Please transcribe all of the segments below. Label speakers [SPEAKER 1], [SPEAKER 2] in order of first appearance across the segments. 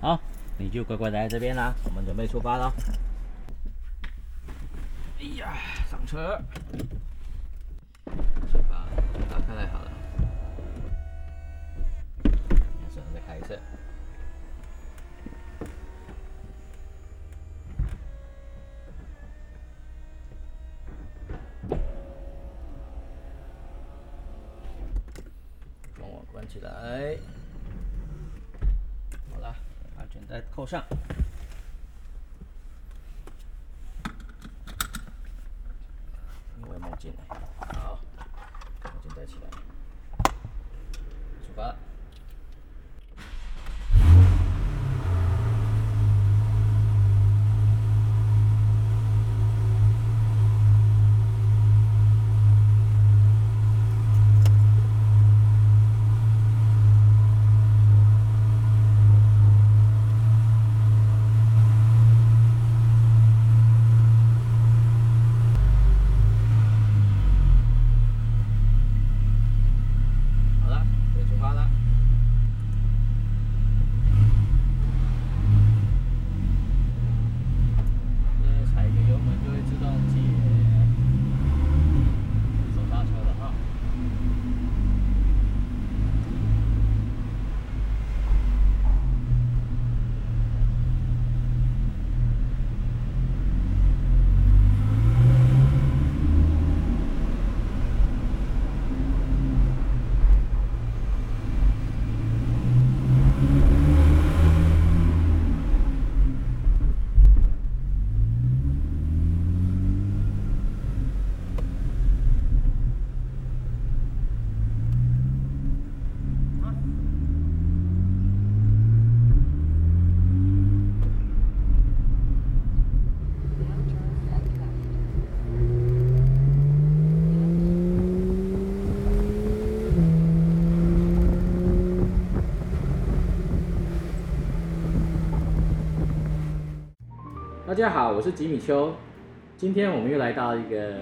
[SPEAKER 1] 好，你就乖乖待在这边啦，我们准备出发了。
[SPEAKER 2] 哎呀，上车。先把打开来好了，
[SPEAKER 1] 手上再开一次。
[SPEAKER 2] 帮我关起来。好了，安全带扣上。
[SPEAKER 1] 因为没进来，
[SPEAKER 2] 好，
[SPEAKER 1] 我就带起来。
[SPEAKER 2] 出发了。好了，可以出发了。这踩一个油门就会自动呃解手刹车了哈。大家好，我是吉米秋。今天我们又来到一个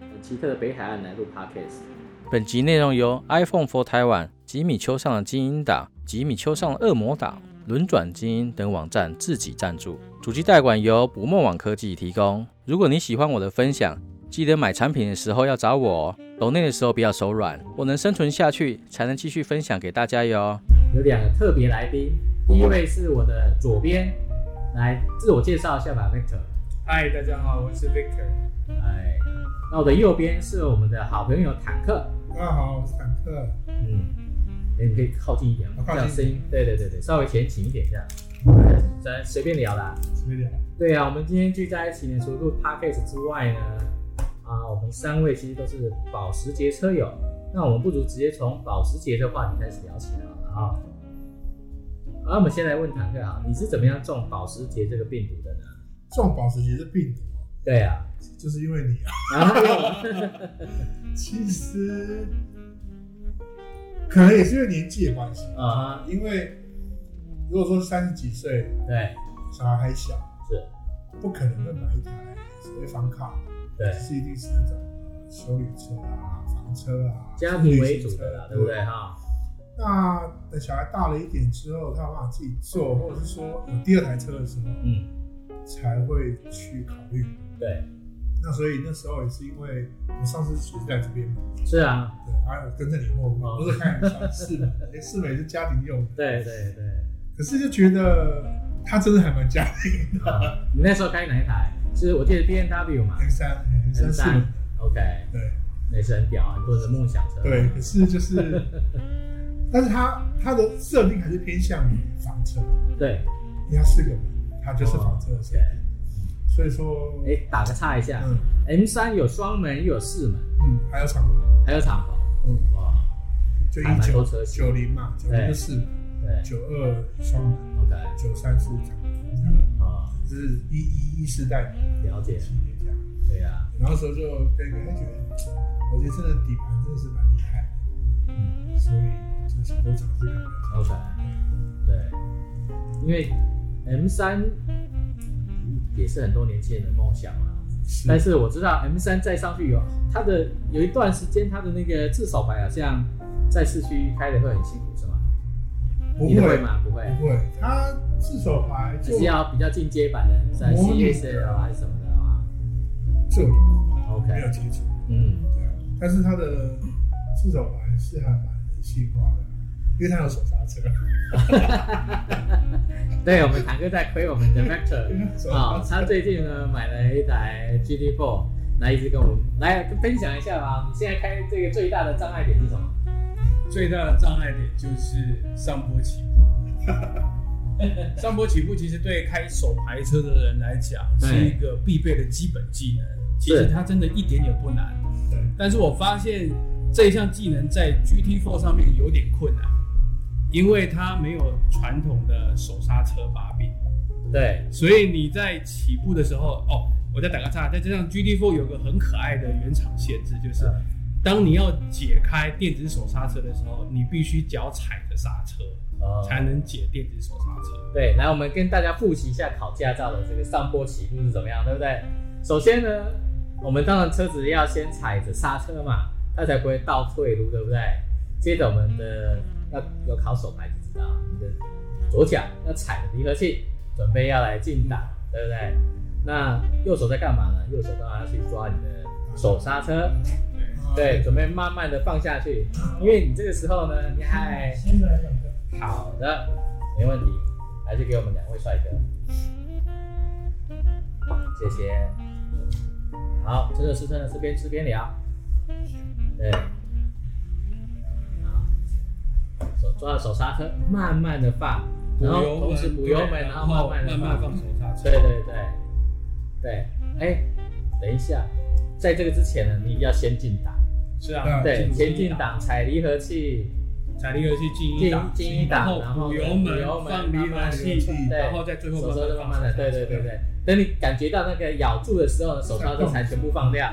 [SPEAKER 2] 很奇特的北海岸来录 podcast。本集内容由 iPhone for Taiwan、吉米秋上的精英岛、吉米秋上的恶魔岛、轮转精英等网站自己赞助，主机代管由捕梦网科技提供。如果你喜欢我的分享，记得买产品的时候要找我哦，抖内的时候不要手软，我能生存下去，才能继续分享给大家哟。
[SPEAKER 1] 有两个特别来宾，第一位是我的左边，来自我介绍一下吧，Victor。
[SPEAKER 3] 嗨，大家好，我是 Victor。
[SPEAKER 1] 哎，那我的右边是我们的好朋友坦克。
[SPEAKER 3] 大家好，我是坦克。
[SPEAKER 1] 嗯，哎，你可以靠近一点，
[SPEAKER 3] 我
[SPEAKER 1] 这
[SPEAKER 3] 靠
[SPEAKER 1] 样
[SPEAKER 3] 近
[SPEAKER 1] 声音，对对对对，稍微前倾一点这样，哎咱随便聊啦。
[SPEAKER 3] 随便聊。
[SPEAKER 1] 对啊，我们今天聚在一起呢，除了录 podcast 之外呢，啊，我们三位其实都是保时捷车友。那我们不如直接从保时捷的话题开始聊起好了啊。而我们先来问坦克啊，你是怎么样中保时捷这个病毒的呢？
[SPEAKER 3] 中保时捷的病毒，
[SPEAKER 1] 对啊，
[SPEAKER 3] 就是因为你啊。
[SPEAKER 1] 然后
[SPEAKER 3] 其实可能也是因为年纪的关系，
[SPEAKER 1] 啊哈，
[SPEAKER 3] 因为如果说三十几岁，
[SPEAKER 1] 对，
[SPEAKER 3] 小孩还小，
[SPEAKER 1] 是，
[SPEAKER 3] 不可能会买一台所谓房卡，
[SPEAKER 1] 对，
[SPEAKER 3] 是一定是那种呃修旅车啊、房车啊、
[SPEAKER 1] 家庭为主的啦，
[SPEAKER 3] 旅行车
[SPEAKER 1] 对不对？哈？
[SPEAKER 3] 那等小孩大了一点之后，他有办法自己做，或者是说有第二台车的时候，
[SPEAKER 1] 嗯，
[SPEAKER 3] 才会去考虑。
[SPEAKER 1] 对，
[SPEAKER 3] 那所以那时候也是因为我上次暑假在这边嘛，
[SPEAKER 1] 是啊，
[SPEAKER 3] 对，啊，我跟着你默默，不是开玩笑，是美，哎，是美是家庭用的，
[SPEAKER 1] 对对对。
[SPEAKER 3] 可是就觉得它真的还蛮家庭的
[SPEAKER 1] 啊，你那时候开哪一台？是我记得 B N W 嘛
[SPEAKER 3] ，M 三，M
[SPEAKER 1] ，N
[SPEAKER 3] 三四
[SPEAKER 1] 三
[SPEAKER 3] 门，
[SPEAKER 1] ，OK，
[SPEAKER 3] 对
[SPEAKER 1] 那是很屌，啊很多人的梦想车。
[SPEAKER 3] 对，可是就是，但是它它的设定还是偏向于房车，
[SPEAKER 1] 对，
[SPEAKER 3] 你要四个人，它就是房车的设定，所以说，
[SPEAKER 1] 哎、打个岔一下、
[SPEAKER 3] 嗯
[SPEAKER 1] m 三有双门又有四门，
[SPEAKER 3] 嗯，还有敞篷，
[SPEAKER 1] 还有敞篷，
[SPEAKER 3] 嗯，
[SPEAKER 1] 哇，
[SPEAKER 3] 就
[SPEAKER 1] 还
[SPEAKER 3] 一
[SPEAKER 1] 蛮多
[SPEAKER 3] 九
[SPEAKER 1] 车型
[SPEAKER 3] 九零嘛，九零就四门，
[SPEAKER 1] 对
[SPEAKER 3] 九二双门，
[SPEAKER 1] ，OK，
[SPEAKER 3] 九三四敞篷这样。
[SPEAKER 1] 啊、
[SPEAKER 3] 就是一一一世代
[SPEAKER 1] 了解，
[SPEAKER 3] 系列这样。
[SPEAKER 1] 对啊，
[SPEAKER 3] 然后那时候就跟人家觉得，我觉得真的底盘真的是蛮厉害的，所以就想多尝试看看。
[SPEAKER 1] ，OK，对，因为 M 三也是很多年轻人的梦想啊嘛，
[SPEAKER 3] 嗯
[SPEAKER 1] 但是我知道 M 三再上去有它的有一啊段时间，它的那个自手牌好像在市区开的会很辛苦，是吗？
[SPEAKER 3] 不
[SPEAKER 1] 你会
[SPEAKER 3] 会，
[SPEAKER 1] 吗？不会，
[SPEAKER 3] 不会，它自手牌
[SPEAKER 1] 只
[SPEAKER 3] 就是
[SPEAKER 1] 要比较进阶版的，在
[SPEAKER 3] 模拟
[SPEAKER 1] CSL 还是什么的啊
[SPEAKER 3] 这种没有
[SPEAKER 1] ？OK，
[SPEAKER 3] 接触，
[SPEAKER 1] 嗯
[SPEAKER 3] 对啊。但是它的自手牌是还蛮人性化的，因为它有手刹车，
[SPEAKER 1] 对，我们堂哥在亏我们的
[SPEAKER 3] 因
[SPEAKER 1] Vector
[SPEAKER 3] 为它有手
[SPEAKER 1] 啊、
[SPEAKER 3] 刹车
[SPEAKER 1] 他最近呢买了一台 GT4，来一直跟我们来分享一下吧。你现在开这个最大的障碍点是什么？
[SPEAKER 4] 最大的障碍点就是上坡起步。 上坡起步其实对开手排车的人来讲
[SPEAKER 1] 对
[SPEAKER 4] 是一个必备的基本技能，其实
[SPEAKER 1] 对
[SPEAKER 4] 它真的一点也不难。
[SPEAKER 3] 对，
[SPEAKER 4] 但是我发现这项技能在 GT4 上面有点困难，因为它没有传统的手刹车把柄，
[SPEAKER 1] 对，
[SPEAKER 4] 所以你在起步的时候，哦，我再打个岔，在这项 GT4 有个很可爱的原厂限制，就是
[SPEAKER 1] 嗯
[SPEAKER 4] 当你要解开电子手刹车的时候，你必须脚踩着刹车
[SPEAKER 1] 哦
[SPEAKER 4] 才能解电子手刹车。
[SPEAKER 1] 对，来我们跟大家复习一下考驾照的这个上坡起步是怎么样，对不对？首先呢，我们当然车子要先踩着刹车嘛，它才不会倒退路，对不对？接着我们的要有考手牌就知道，你的左脚要踩着离合器，准备要来进档，对不对？那右手在干嘛呢？右手当然要去抓你的手刹车，对，准备慢慢的放下去，因为你这个时候呢，你还
[SPEAKER 3] 先来两个，
[SPEAKER 1] 好的，没问题，来就给我们两位帅哥，谢谢。好，这个是真的是边吃边聊，对，好，手抓着手刹车，慢慢的放，然后同时补油门，
[SPEAKER 4] 对
[SPEAKER 1] 然
[SPEAKER 4] 然
[SPEAKER 1] 后
[SPEAKER 4] 后
[SPEAKER 1] 慢慢
[SPEAKER 4] 慢
[SPEAKER 1] 地
[SPEAKER 4] 慢放手刹车。
[SPEAKER 1] 对对对，对，哎，等一下，在这个之前呢，你要先进档，
[SPEAKER 4] 是啊，
[SPEAKER 1] 对，
[SPEAKER 4] 进
[SPEAKER 1] 先进档，踩离合器，
[SPEAKER 4] 踩离合器进一
[SPEAKER 1] 进
[SPEAKER 4] 档，
[SPEAKER 1] 进一档，然
[SPEAKER 4] 然
[SPEAKER 1] 后
[SPEAKER 4] 后补
[SPEAKER 1] 呢
[SPEAKER 4] 油
[SPEAKER 1] 补
[SPEAKER 4] 门
[SPEAKER 1] 油，门
[SPEAKER 4] 放离合器
[SPEAKER 3] 慢慢，
[SPEAKER 1] 对
[SPEAKER 4] 然后再最后
[SPEAKER 1] 手
[SPEAKER 4] 慢
[SPEAKER 1] 刹车
[SPEAKER 4] 慢
[SPEAKER 1] 慢
[SPEAKER 4] 放
[SPEAKER 1] 慢的，对对对对。等你感觉到那个咬住的时候呢，手刹车才全部放掉，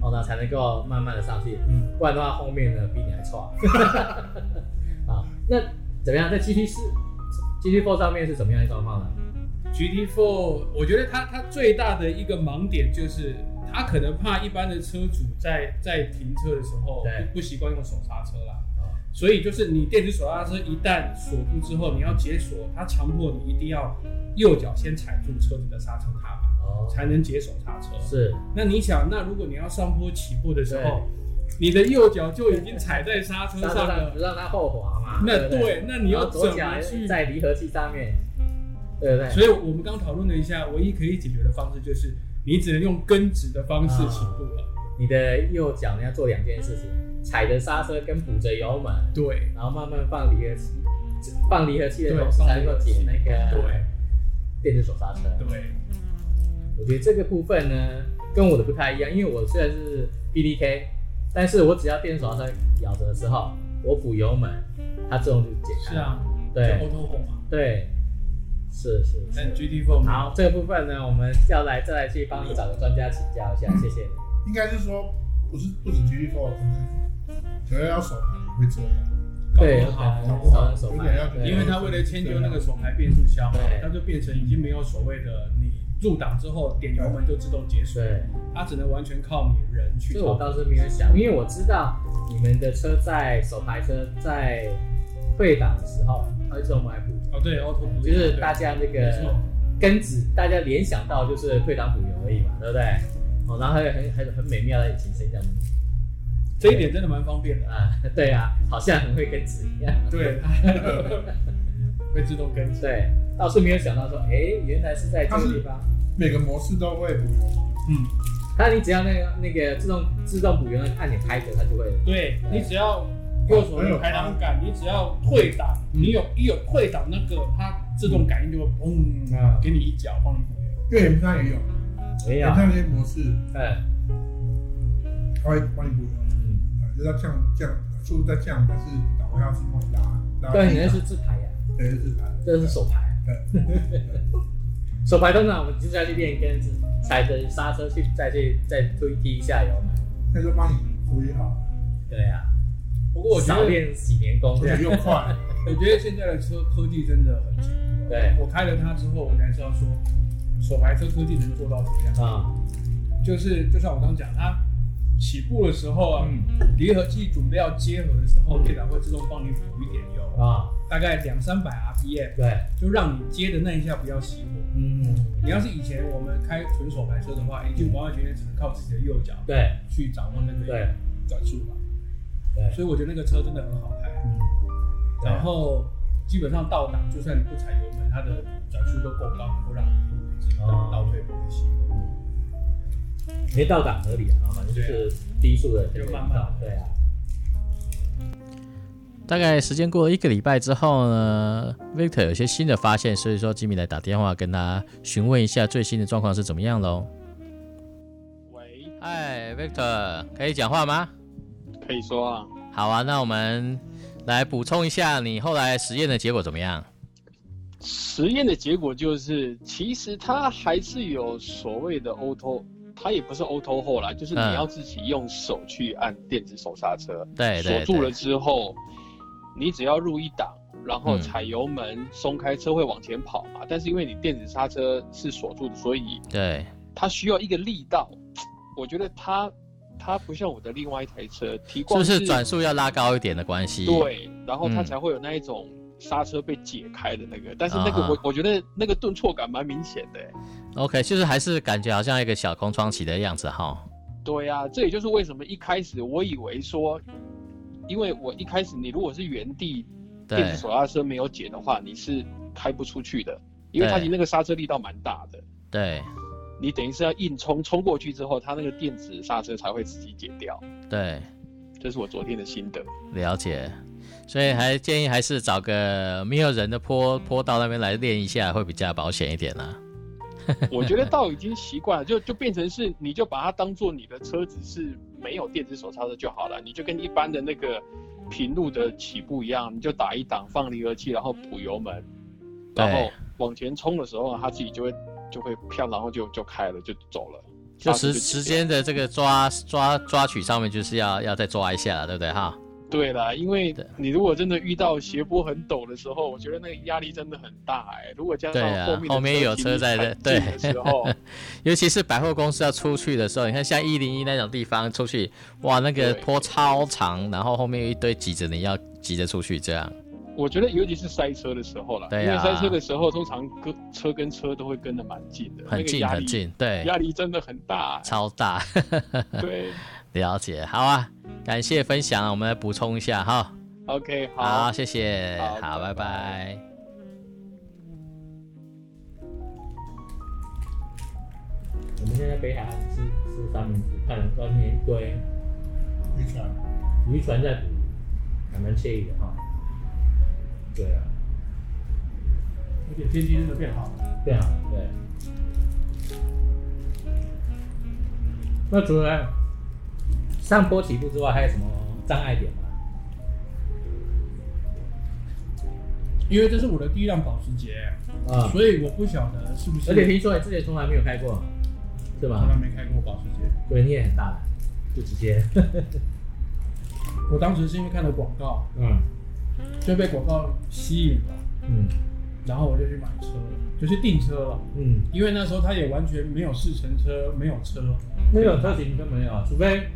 [SPEAKER 1] 哦，那才能够慢慢的上 去，
[SPEAKER 3] 嗯，
[SPEAKER 1] 不然的话后面呢比你还臭啊。好，那怎么样？在 GT 四、GT Four 上面是怎么样的状况呢？
[SPEAKER 4] GT4，我觉得它它最大的一个盲点就是，它可能怕一般的车主在在停车的时候
[SPEAKER 1] 对
[SPEAKER 4] 不不习惯用手刹车啦，
[SPEAKER 1] 哦
[SPEAKER 4] 所以就是你电子手刹车一旦锁住之后，你要解锁，它强迫你一定要右脚先踩住车子的刹车踏板，
[SPEAKER 1] 哦，
[SPEAKER 4] 才能解手刹车。
[SPEAKER 1] 是，
[SPEAKER 4] 那你想，那如果你要上坡起步的时候，你的右脚就已经踩在刹车
[SPEAKER 1] 刹车
[SPEAKER 4] 上
[SPEAKER 1] 让
[SPEAKER 4] 了，
[SPEAKER 1] 让它后滑嘛。
[SPEAKER 4] 那
[SPEAKER 1] 对不对，
[SPEAKER 4] 对，那你
[SPEAKER 1] 然
[SPEAKER 4] 要
[SPEAKER 1] 后
[SPEAKER 4] 怎
[SPEAKER 1] 左脚
[SPEAKER 4] 么去
[SPEAKER 1] 在离合器上面，对不 对？
[SPEAKER 4] 所以我们刚讨论了一下，唯一可以解决的方式就是你只能用根植的方
[SPEAKER 1] 啊
[SPEAKER 4] 式起步了。
[SPEAKER 1] 你的右脚呢要做两件事情：踩着刹车跟补着油门，
[SPEAKER 4] 对
[SPEAKER 1] 然后慢慢放离合器，放离合器的
[SPEAKER 4] 对
[SPEAKER 1] 同时才能够解那个
[SPEAKER 4] 对
[SPEAKER 1] 电子手刹车。
[SPEAKER 4] 对，
[SPEAKER 1] 我觉得这个部分呢，跟我的不太一样，因为我虽然是 BDK，但是我只要电子手刹车咬着的时候，我补油门，它自动就解开。
[SPEAKER 4] 是，啊，
[SPEAKER 1] 对
[SPEAKER 4] auto home 嘛。
[SPEAKER 1] 对，是是
[SPEAKER 4] 但
[SPEAKER 1] 是。
[SPEAKER 4] GT Four
[SPEAKER 1] 好，这个部分呢，我们要来再来去帮你找个专家请教一下，谢谢你。
[SPEAKER 3] 应该是说不是不止 GT Four，可能可能要手牌也会这样，
[SPEAKER 1] 对，
[SPEAKER 4] 搞
[SPEAKER 1] 嗯
[SPEAKER 4] 不好
[SPEAKER 1] 少人手
[SPEAKER 3] 有
[SPEAKER 1] 牌
[SPEAKER 3] 点要，
[SPEAKER 1] 对
[SPEAKER 4] 因为它为了迁就那个手排变速箱嘛
[SPEAKER 1] 对，
[SPEAKER 4] 它就变成已经没有所谓的你入档之后点油门就自动解锁，
[SPEAKER 1] 对。
[SPEAKER 4] 它只能完全靠你人去
[SPEAKER 1] 这我
[SPEAKER 4] 操
[SPEAKER 1] 倒
[SPEAKER 4] 作。
[SPEAKER 1] 是没有想，因为我知道你们的车在手排车在会档的时候，它会自动来补，
[SPEAKER 4] 哦，对，auto 补
[SPEAKER 1] 就是大家那
[SPEAKER 4] 没
[SPEAKER 1] 个
[SPEAKER 4] 错，
[SPEAKER 1] 根子，大家联想到就是退档补油而已嘛，对不对？哦，然后还有很很很美妙的引擎声这样子
[SPEAKER 4] 这一点真的蛮方便的。
[SPEAKER 1] 啊，对啊，好像很会根子一样。
[SPEAKER 4] 对， 会自动跟进。
[SPEAKER 1] 对，倒是没有想到说，诶，原来是在这个地方。
[SPEAKER 3] 每个模式都会补油，
[SPEAKER 4] 嗯。
[SPEAKER 1] 它你只要那个那个自动自动补油那个按钮拍着，它就会。
[SPEAKER 4] 对你只要右手有排挡杆，你只要退档，
[SPEAKER 1] 嗯
[SPEAKER 4] 你有一有退档那个，它自动感应就会砰啊，
[SPEAKER 1] 嗯
[SPEAKER 4] 给你一脚帮你补油。
[SPEAKER 3] 因为你上也有，
[SPEAKER 1] 没啊
[SPEAKER 3] 你哎上有些模式
[SPEAKER 1] 嗯
[SPEAKER 3] 它会帮你补油。
[SPEAKER 1] 嗯，
[SPEAKER 3] 啊，就在降降，速度在降，但是导回要去帮你拉拉。
[SPEAKER 1] 对，你那是自排呀、啊
[SPEAKER 3] 对，就是它
[SPEAKER 1] 这是手啊牌。手牌通常我们就是要去练根子，踩着刹车去再去再推踢一下油门。
[SPEAKER 3] 那就帮你处理好，
[SPEAKER 1] 对啊，
[SPEAKER 4] 不过我觉
[SPEAKER 1] 少
[SPEAKER 4] 得，
[SPEAKER 1] 练几年功
[SPEAKER 3] 而
[SPEAKER 1] 这样
[SPEAKER 3] 且。又快。
[SPEAKER 4] 我觉得现在的车科技真的很进步。
[SPEAKER 1] 对
[SPEAKER 4] 我开了它之后，我才知道说，手排车科技能做到怎么样。
[SPEAKER 1] 啊，
[SPEAKER 4] 就是就像我刚刚讲，它起步的时候啊，
[SPEAKER 1] 嗯
[SPEAKER 4] 离合器准备要接合的时候，电脑会自动帮你补一点油，
[SPEAKER 1] 啊，
[SPEAKER 4] 大概两三百 RPM，
[SPEAKER 1] 对，
[SPEAKER 4] 就让你接的那一下不要熄火。
[SPEAKER 1] 嗯，
[SPEAKER 4] 你要是以前我们开纯手排车的话，哎引擎完完全全只能靠自己的右脚
[SPEAKER 1] 对
[SPEAKER 4] 去掌握那
[SPEAKER 1] 对
[SPEAKER 4] 个转速嘛，
[SPEAKER 1] 对，
[SPEAKER 4] 所以我觉得那个车真的很好开。
[SPEAKER 1] 嗯，对
[SPEAKER 4] 然后基本上倒档，就算你不踩油门，它的转速都够高，能够让你一直倒退不会熄火。
[SPEAKER 1] 没到档合理啊，反正就是低速的
[SPEAKER 4] 就慢慢
[SPEAKER 1] 到，对啊，
[SPEAKER 2] 大概时间过了一个礼拜之后呢，Victor 有些新的发现，所以说吉米来打电话跟他询问一下最新的状况是怎么样喽。
[SPEAKER 5] 喂，
[SPEAKER 2] 嗨，Victor，可以讲话吗？
[SPEAKER 5] 可以说啊，
[SPEAKER 2] 好啊，那我们来补充一下你后来实验的结果怎么样？
[SPEAKER 5] 实验的结果就是，其实它还是有所谓的 auto，它也不是 auto hold 啦，就是你
[SPEAKER 2] 嗯
[SPEAKER 5] 要自己用手去按电子手刹车，
[SPEAKER 2] 对哎对
[SPEAKER 5] 锁住了
[SPEAKER 2] 对，
[SPEAKER 5] 之后，你只要入一档，然后
[SPEAKER 2] 嗯
[SPEAKER 5] 踩油门松开，车会往前跑嘛。但是因为你电子刹车是锁住的，所以
[SPEAKER 2] 对，
[SPEAKER 5] 它需要一个力道。我觉得它它不像我的另外一台车提
[SPEAKER 2] 是
[SPEAKER 5] 光
[SPEAKER 2] 不是转速要拉高一点的关系？，
[SPEAKER 5] 对，然后它
[SPEAKER 2] 嗯
[SPEAKER 5] 才会有那一种刹车被解开的那个。但是那
[SPEAKER 2] 啊
[SPEAKER 5] 个
[SPEAKER 2] 哈
[SPEAKER 5] 我我觉得那个顿挫感蛮明显的欸。
[SPEAKER 2] ，OK，就是还是感觉好像一个小空窗期的样子哈。
[SPEAKER 5] 对呀、这也就是为什么一开始我以为说，因为我一开始你如果是原地电
[SPEAKER 2] 对
[SPEAKER 5] 子手刹车没有解的话，你是开不出去的，因为
[SPEAKER 2] 对
[SPEAKER 5] 它其实那个刹车力道蛮大的，
[SPEAKER 2] 对
[SPEAKER 5] 你等于是要硬冲，冲过去之后，它那个电子刹车才会自己解掉。
[SPEAKER 2] 对，
[SPEAKER 5] 这是我昨天的心得。
[SPEAKER 2] 了解。所以还建议还是找个没有人的坡坡道那边来练一下，会比较保险一点啦、
[SPEAKER 5] 我觉得倒已经习惯了，就就变成是，你就把它当做你的车子是没有电子手刹车就好了，你就跟一般的那个平路的起步一样，你就打一档放离合器，然后补油门，
[SPEAKER 2] 对
[SPEAKER 5] 然后往前冲的时候，它自己就会就会飘，然后就就开了，就走了。
[SPEAKER 2] 就
[SPEAKER 5] 刹车
[SPEAKER 2] 时
[SPEAKER 5] 解
[SPEAKER 2] 时
[SPEAKER 5] 掉
[SPEAKER 2] 间的这个抓抓抓取上面，就是要要再抓一下了，对不对哈？
[SPEAKER 5] 对啦，因为
[SPEAKER 2] 对
[SPEAKER 5] 你如果真的遇到斜坡很陡的时候，我觉得那个压力真的很大哎、如果加
[SPEAKER 2] 对
[SPEAKER 5] 上
[SPEAKER 2] 啊
[SPEAKER 5] 后面的
[SPEAKER 2] 后面有车在
[SPEAKER 5] 的
[SPEAKER 2] 的，对
[SPEAKER 5] 的时候，
[SPEAKER 2] 尤其是百货公司要出去的时候，你看像一零一那种地方出去，哇，那个
[SPEAKER 5] 对
[SPEAKER 2] 坡超长，然后后面有一堆挤着你要急着出去，这样
[SPEAKER 5] 我觉得尤其是塞车的时候啦，
[SPEAKER 2] 对
[SPEAKER 5] 因为
[SPEAKER 2] 啊
[SPEAKER 5] 塞车的时候，通常跟车跟车都会跟得蛮近的，
[SPEAKER 2] 很近
[SPEAKER 5] 那个压
[SPEAKER 2] 很
[SPEAKER 5] 力，
[SPEAKER 2] 近，对，
[SPEAKER 5] 压力真的很大、
[SPEAKER 2] 超大。
[SPEAKER 5] 对
[SPEAKER 2] 了解，好啊，感谢分享，我们来补充一下哈。
[SPEAKER 5] ，OK，好，
[SPEAKER 2] 好，谢谢，
[SPEAKER 5] 好
[SPEAKER 2] 好，拜
[SPEAKER 5] 拜拜
[SPEAKER 2] 拜。
[SPEAKER 1] 我们现在北海岸是是三明治，看外面一堆
[SPEAKER 3] 会传
[SPEAKER 1] 渔船在捕鱼，还蛮惬意的哈。对啊，
[SPEAKER 4] 而且天气真的变好了，
[SPEAKER 1] 对啊，对。那除了上坡起步之外，还有什么障碍点吗？
[SPEAKER 4] 因为这是我的第一辆保时捷，
[SPEAKER 1] 啊、
[SPEAKER 4] 所以我不晓得是不是
[SPEAKER 1] 而且听说你之前从来没有开过，是
[SPEAKER 4] 从来
[SPEAKER 1] 吧？
[SPEAKER 4] 没开过保时捷。
[SPEAKER 1] 对，你也很大胆，就直接，
[SPEAKER 4] 我当时是因为看了广告，
[SPEAKER 1] 嗯
[SPEAKER 4] 就被广告吸引了，
[SPEAKER 1] 嗯
[SPEAKER 4] 然后我就去买车，就去订车了。
[SPEAKER 1] 嗯，
[SPEAKER 4] 因为那时候他也完全没有试乘车，没有车，
[SPEAKER 1] 那种车型都没有，啊除非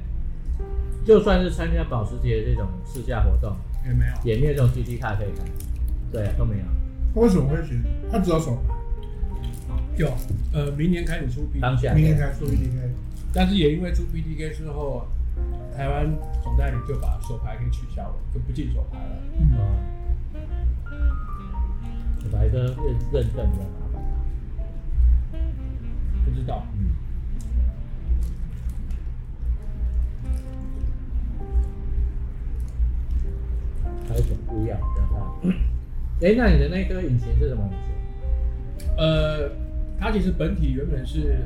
[SPEAKER 1] 就算是参加保时捷这种试驾活动，
[SPEAKER 4] 也没有。
[SPEAKER 1] 也没有这种 GT 卡可以开，对，啊都没有。
[SPEAKER 3] 他为什么会选？他只有手
[SPEAKER 4] 有，呃，明年开始出 B，
[SPEAKER 1] 当下
[SPEAKER 3] 明天才出一天，
[SPEAKER 4] 但是也因为出 PDK 之后啊，台湾总代理就把手牌给取消了，就不进手牌了。
[SPEAKER 1] 哦，白车认认证比较麻烦啊。
[SPEAKER 4] 不知道，
[SPEAKER 1] 嗯。还有什么不一样？让它。哎、那你的那颗引擎是什么引擎
[SPEAKER 4] 呃，它其实本体原本是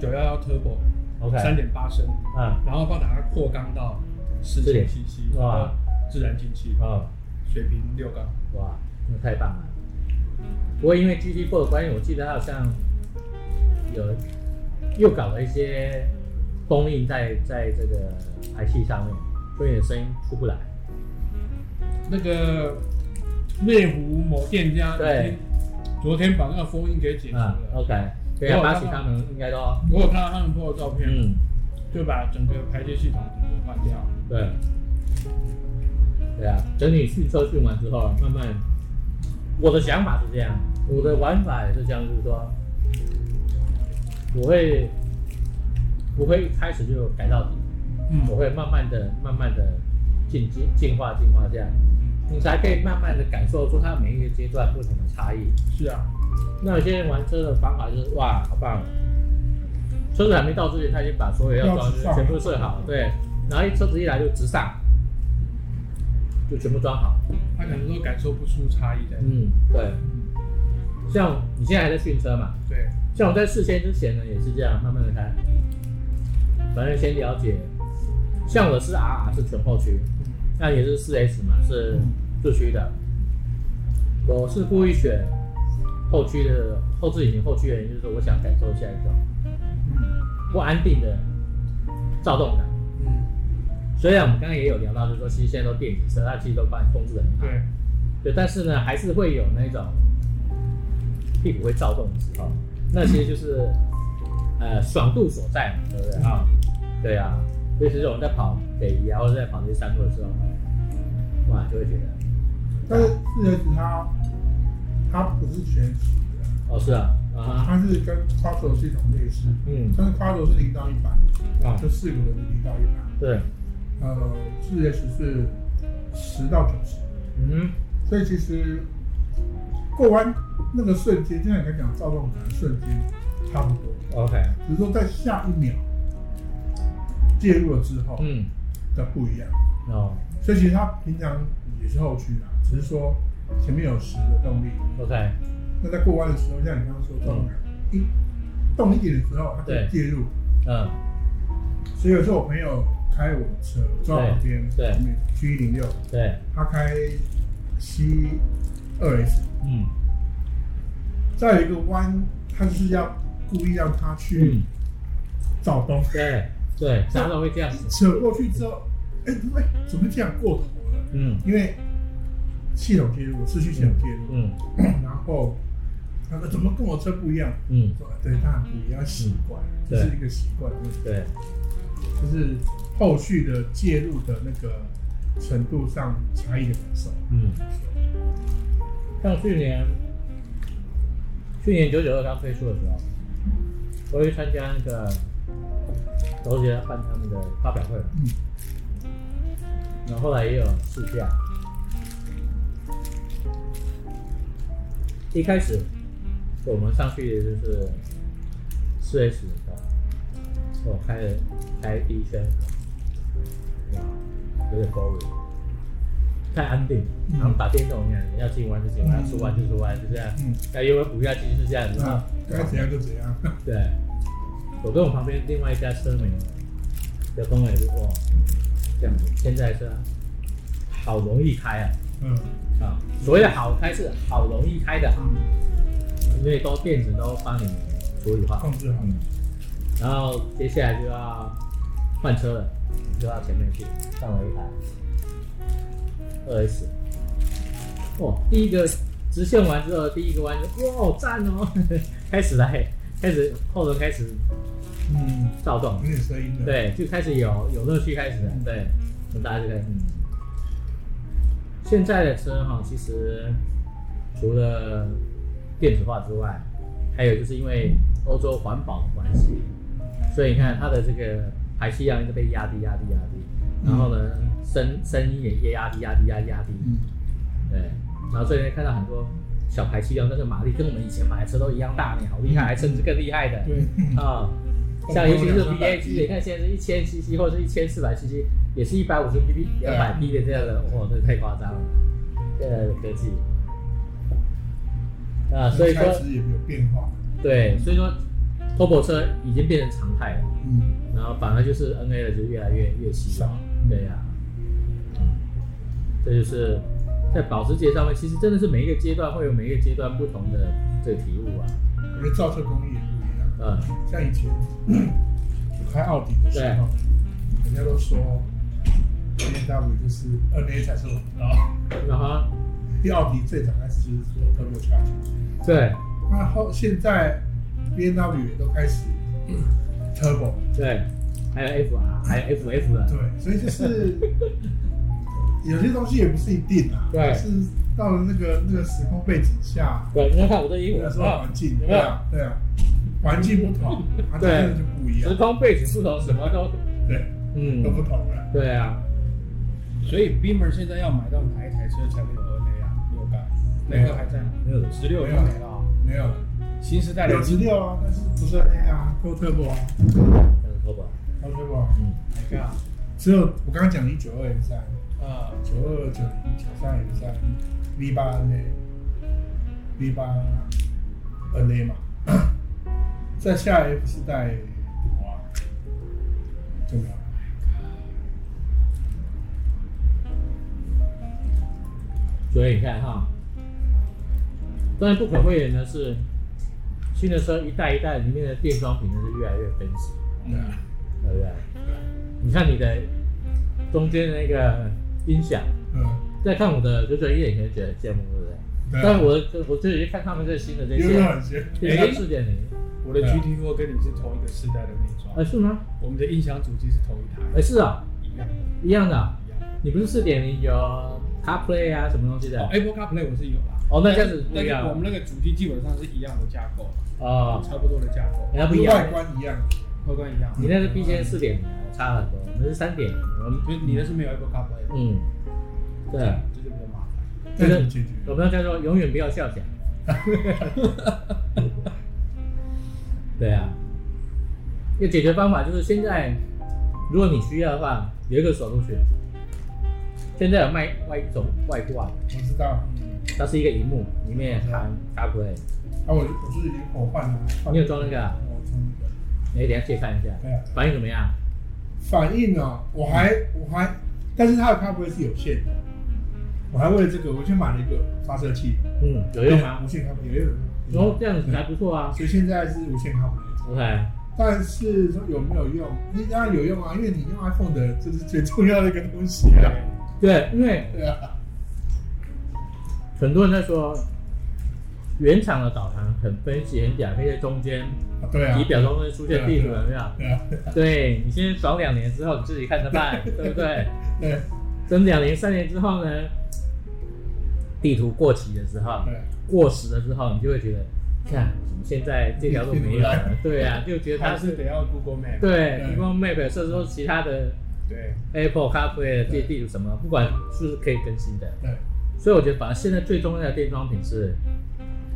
[SPEAKER 4] 九幺幺 Turbo，
[SPEAKER 1] ？OK。
[SPEAKER 4] 三。点八升，
[SPEAKER 1] 嗯。
[SPEAKER 4] 然后把它扩缸到十七
[SPEAKER 1] 点
[SPEAKER 4] cc，
[SPEAKER 1] 哇
[SPEAKER 4] 自然进气，
[SPEAKER 1] 哦，
[SPEAKER 4] 水平六缸。
[SPEAKER 1] 哇，那太棒了。不过因为 GT4 的关系，我记得它好像有又搞了一些封印在在这个排气上面，所以你的声音出不来。
[SPEAKER 4] 那个内湖某店家，
[SPEAKER 1] 对，
[SPEAKER 4] 昨天把那个封印给解除
[SPEAKER 1] 嗯
[SPEAKER 4] 了。
[SPEAKER 1] 啊，OK，对啊，巴西他们应该都
[SPEAKER 4] 我有看到他们 PO 的照片，
[SPEAKER 1] 嗯
[SPEAKER 4] 就把整个排气系统整个换掉。
[SPEAKER 1] 对，对啊，等你训车训完之后，慢慢，我的想法是这样，我的玩法也是这样，就是说，我会，我会一开始就改到底，
[SPEAKER 4] 嗯
[SPEAKER 1] 我会慢慢的、慢慢的进进进化、进化这样，你才可以慢慢的感受出它每一个阶段不同的差异。
[SPEAKER 4] 是啊，
[SPEAKER 1] 那有些人玩车的方法就是哇，好棒！车子还没到之前，他已经把所有要装的全部设好，对，然后一车子一来就直上，就全部装好。
[SPEAKER 4] 他可能都感受不出差异的。
[SPEAKER 1] 嗯，对。像你现在还在训车嘛？
[SPEAKER 4] 对，
[SPEAKER 1] 像我在试先之前呢，也是这样慢慢的开，反正先了解。像我是 RR 是全后驱，
[SPEAKER 4] 嗯
[SPEAKER 1] 那也是四 S 嘛，是四驱的。我是故意选后驱的后置引擎后驱的原因，就是我想感受一下一种
[SPEAKER 4] 嗯
[SPEAKER 1] 不安定的躁动感。
[SPEAKER 4] 嗯，
[SPEAKER 1] 虽然我们刚刚也有聊到，就是说其实现在都电子车，它其实都帮你控制的很好，
[SPEAKER 4] 对，
[SPEAKER 1] 对，但是呢，还是会有那种屁股会躁动的时候，那其实就是呃爽度所在嘛，对不对啊？对啊，所以其实我们在跑北移啊，或者在跑这些山路的时候，哇，就会觉得
[SPEAKER 3] 但是四 S 它它不是全时的，
[SPEAKER 1] 哦，是啊，啊哈，
[SPEAKER 3] 它是跟 Quattro 系统类似，
[SPEAKER 1] 嗯
[SPEAKER 3] 但是 Quattro 是零到一百，
[SPEAKER 1] 啊
[SPEAKER 3] 就，四个轮子零到一百，
[SPEAKER 1] 对，
[SPEAKER 3] 呃，四 S 是十到九十，
[SPEAKER 1] 嗯
[SPEAKER 3] 所以其实过弯那个瞬间，就像你刚讲躁动感瞬间差不多，
[SPEAKER 1] ，OK，
[SPEAKER 3] 只是说在下一秒介入了之后
[SPEAKER 1] 嗯，
[SPEAKER 3] 的不一样。
[SPEAKER 1] 哦
[SPEAKER 3] 所以其实它平常也是后驱啦，只是说前面有十的动力，
[SPEAKER 1] ，OK，
[SPEAKER 3] 那在过弯的时候，像你刚刚说动感
[SPEAKER 1] 嗯
[SPEAKER 3] 一动一点的时候，它就
[SPEAKER 1] 对
[SPEAKER 3] 介入。
[SPEAKER 1] 嗯，
[SPEAKER 3] 所以有时候我朋友开我的车，我坐在旁边，
[SPEAKER 1] 对对
[SPEAKER 3] ，G 一零六，
[SPEAKER 1] 对，
[SPEAKER 3] 他开 C 二 S，
[SPEAKER 1] 嗯
[SPEAKER 3] 再有一个弯，他就是要故意让他去
[SPEAKER 1] 嗯，
[SPEAKER 3] 找东西，
[SPEAKER 1] 对对，常常会这样子，
[SPEAKER 3] 扯过去之后，哎、喂，怎么会这样过头了？
[SPEAKER 1] 嗯
[SPEAKER 3] 因为系统介入，失去系统介入。
[SPEAKER 1] 嗯
[SPEAKER 3] 然后他说怎么跟我车不一样？
[SPEAKER 1] 嗯
[SPEAKER 3] 我，说哎对，当然不一样，习惯，这
[SPEAKER 1] 对
[SPEAKER 3] 是一个习惯的问题，
[SPEAKER 1] 对，
[SPEAKER 3] 就是后续的介入的那个程度上差异的感受。
[SPEAKER 1] 嗯，像去年，去年九九二刚推出的时候，我去参加那个周杰办他们的发表会，
[SPEAKER 3] 嗯，
[SPEAKER 1] 然后后来也有试驾。一开始我们上去就是四 S 的，我开了开第一圈，哇，有点 boring，太安定，然后打电动一样，你要进弯就进弯，要出弯就出弯，就这样。
[SPEAKER 3] 嗯，
[SPEAKER 1] 要有补一下进是这样子
[SPEAKER 3] 那
[SPEAKER 1] 啊。
[SPEAKER 3] 该怎样就怎样。
[SPEAKER 1] 对，我跟我旁边另外一家车迷的朋友也是说，这样子，现在车好容易开啊，
[SPEAKER 3] 嗯，
[SPEAKER 1] 啊，所谓的好开是好容易开的好，因为都电子都帮你处理好
[SPEAKER 3] 控，制好。
[SPEAKER 1] 嗯，然后接下来就要换车了，你就到前面去上了一台二 S，哦，第一个直线完之后，第一个弯就哇赞哦， 开始来，开始后轮开始
[SPEAKER 3] 嗯，
[SPEAKER 1] 躁动
[SPEAKER 3] 有，点声音的。，
[SPEAKER 1] 对，就开始有有乐趣开始了，对，那大家就开始。嗯现在的车哈，其实除了电子化之外，还有就是因为欧洲环保的关系，所以你看它的这个排气量一直被压低、压低、压低，然后呢，声声音也也压低、压低、压低、压低，
[SPEAKER 3] 嗯，
[SPEAKER 1] 对，然后所以呢看到很多小排气量，但是马力跟我们以前买的车都一样大，你好厉害，还甚至更厉害的，
[SPEAKER 3] 对，
[SPEAKER 1] 啊，像尤其是 B A G，你看现在是一千 CC 或者一千四百 CC，也是一百五十 PB、两
[SPEAKER 3] 啊
[SPEAKER 1] 百 P 的这样的，哇，这太夸张了，现在的科技。啊，所以说
[SPEAKER 3] 开始也没有变化。
[SPEAKER 1] 对，所以说 Turbo 车已经变成常态了，
[SPEAKER 3] 嗯，
[SPEAKER 1] 然后反而就是 N A 的就越来越越稀少
[SPEAKER 3] 少。
[SPEAKER 1] 对呀、嗯这就是在保时捷上面，其实真的是每一个阶段会有每一个阶段不同的这个体悟啊，
[SPEAKER 3] 我觉得造车工艺也不一样。
[SPEAKER 1] 嗯，
[SPEAKER 3] 像以前 我开奥迪的时候，人家都说 B M W 就是二 A 才是王道，
[SPEAKER 1] 然后啊
[SPEAKER 3] 因为奥迪最早开始就是做 turbo charge，
[SPEAKER 1] 对
[SPEAKER 3] 那后现在 B M W 也都开始 turbo，
[SPEAKER 1] 对还有 FR，还有啊 FF 的，
[SPEAKER 3] 对，所以就是有些东西也不是一定啊，
[SPEAKER 1] 对
[SPEAKER 3] 是到了那个那个时空背景下，
[SPEAKER 1] 对，你看我的衣服
[SPEAKER 3] 那时候环境，
[SPEAKER 1] 有没有
[SPEAKER 3] 对啊，对啊，环境不同，它
[SPEAKER 1] 对
[SPEAKER 3] 真的就不一
[SPEAKER 1] 时
[SPEAKER 3] 样，
[SPEAKER 1] 空背景不同，什么都，
[SPEAKER 3] 对，都不
[SPEAKER 1] 嗯，
[SPEAKER 3] 同了。
[SPEAKER 1] 对啊，
[SPEAKER 4] 所以 Beamer 现在要买到哪一台车才会有 NA 啊？六盖，那个还在吗？
[SPEAKER 1] 没有的
[SPEAKER 4] 十六已经没了啊，
[SPEAKER 3] 没有，
[SPEAKER 4] 新时代的
[SPEAKER 3] 有十六啊，但是不是 A 啊，够 turbo 啊
[SPEAKER 1] 没有头发，
[SPEAKER 3] 够 turbo 啊，
[SPEAKER 4] 哪个啊？
[SPEAKER 3] 只有我刚刚讲一九二 M 三，
[SPEAKER 4] 呃，
[SPEAKER 3] 九二九零九三 M 三，V 八 NA，V 八 NA 嘛， 再下 F 是带多啊，就没有了。
[SPEAKER 1] 所以你看哈，但是不可讳言的是，新的车一代一代里面的变装品就是越来越分析，
[SPEAKER 3] 对啊，
[SPEAKER 1] 对不对？你看你的中间那个音响，
[SPEAKER 3] 嗯，
[SPEAKER 1] 再看我的九九一，你可能觉得羡慕，对不对？
[SPEAKER 3] 对啊
[SPEAKER 1] 但我的我就直接看他们这新的这
[SPEAKER 3] 有没啊
[SPEAKER 1] 些
[SPEAKER 3] 有很
[SPEAKER 1] 变
[SPEAKER 3] 像？
[SPEAKER 1] 装四点零，
[SPEAKER 4] 我的
[SPEAKER 3] 对啊
[SPEAKER 4] GT4 跟你是同一个世代的内
[SPEAKER 1] 哎
[SPEAKER 4] 装，
[SPEAKER 1] 是吗？
[SPEAKER 4] 我们的音响主机是同一台，
[SPEAKER 1] 哎是啊，
[SPEAKER 4] 一样
[SPEAKER 1] 一样的啊。
[SPEAKER 4] 一样。
[SPEAKER 1] 你不是四点零有 CarPlay 啊什么东西的
[SPEAKER 4] 哦，Apple CarPlay 我是有啦。
[SPEAKER 1] 哦那这样子不
[SPEAKER 4] 但
[SPEAKER 1] 一
[SPEAKER 4] 是
[SPEAKER 1] 样
[SPEAKER 4] 我们那个主机基本上是一样的架构，
[SPEAKER 1] 啊？
[SPEAKER 4] 差不多的架构，
[SPEAKER 1] 人家不一
[SPEAKER 3] 外
[SPEAKER 1] 样，
[SPEAKER 3] 观一样，
[SPEAKER 4] 外观一样。
[SPEAKER 1] 你那是 B 先四点零，啊差很多，我们是三点零，我们
[SPEAKER 4] 所以你的是没有 Apple CarPlay，的
[SPEAKER 1] 嗯，对，
[SPEAKER 4] 这就比较麻烦。
[SPEAKER 3] 那怎么解决？
[SPEAKER 1] 我们要叫做永远不要笑想。 对啊，一个解决方法就是现在，如果你需要的话，有一个手术选。现在有卖外一种外挂，
[SPEAKER 3] 我知道，
[SPEAKER 1] 它是一个荧幕，里面
[SPEAKER 3] 嗯
[SPEAKER 1] 含 CarPlay，
[SPEAKER 3] 啊，我我是灵活换了，换
[SPEAKER 1] 你有装那个啊
[SPEAKER 3] 我装那个，
[SPEAKER 1] 你哎等一下借看一下，
[SPEAKER 3] 对啊，
[SPEAKER 1] 反应怎么样？
[SPEAKER 3] 反应啊，我还我还，但是它的 CarPlay 是有线的，我还为了这个，我去买了一个发射器，
[SPEAKER 1] 嗯，有用吗？
[SPEAKER 3] 无线 CarPlay 有用，
[SPEAKER 1] 然后这样子还不错啊。
[SPEAKER 3] 所以现在是无线 CarPlay，
[SPEAKER 1] OK，
[SPEAKER 3] 但是说有没有用？那当然有用啊，因为你用 iPhone 的，这是最重要的一个东西啊，
[SPEAKER 1] 对，因为
[SPEAKER 3] 对啊，
[SPEAKER 1] 很多人在说，原厂的导航很分析很假，飞在中间
[SPEAKER 3] 啊对啊
[SPEAKER 1] 仪，表中会出现地图有没有？
[SPEAKER 3] 对啊，
[SPEAKER 1] 对你先爽两年之后，你自己看着 办，对不对？
[SPEAKER 3] 对
[SPEAKER 1] 等两年、三年之后呢，地图过期了之后，
[SPEAKER 3] 对，
[SPEAKER 1] 过时了之后，你就会觉得，看怎么现在这条路没有 了？对啊，就觉得它
[SPEAKER 4] 它
[SPEAKER 1] 是
[SPEAKER 4] 是得要 Google Map。
[SPEAKER 1] 对
[SPEAKER 3] 对
[SPEAKER 1] Google Map，甚至说其他的
[SPEAKER 4] 对，
[SPEAKER 1] Apple CarPlay 的地地图什么，不管是不是可以更新的。
[SPEAKER 3] 对，
[SPEAKER 1] 所以我觉得，反而现在最重要的电装品是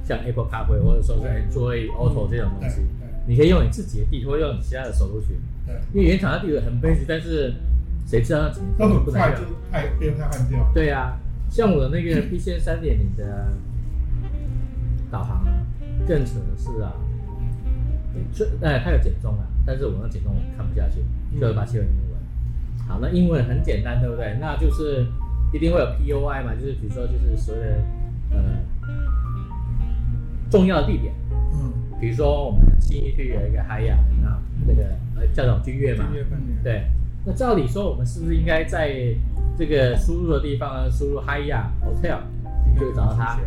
[SPEAKER 1] 像 Apple CarPlay 或者说是 Android Auto 这种东西
[SPEAKER 3] 嗯对，
[SPEAKER 1] 你可以用你自己的地图，或用你其他的手录群。
[SPEAKER 3] 对对，
[SPEAKER 1] 因为原厂的地图很 basic，但是谁知道它怎么
[SPEAKER 3] 都很
[SPEAKER 1] 不能
[SPEAKER 3] 快
[SPEAKER 1] 用
[SPEAKER 3] 就？太被它换掉，
[SPEAKER 1] 对啊，像我的那个 B C 三点零的导航啊，更扯的是啊，这哎它有减重啊，但是我那减重我看不下去，就把它切成英文。好，那英文很简单，对不对？那就是一定会有 P O I 嘛，就是比如说就是所谓的呃重要的地点，
[SPEAKER 3] 嗯，
[SPEAKER 1] 比如说我们新义区有一个海雅，那那个呃叫什么君悦嘛，
[SPEAKER 4] 一月份的。
[SPEAKER 1] 对，那照理说，我们是不是应该在这个输入的地方呢，输入 Hiya Hotel 就会找到它？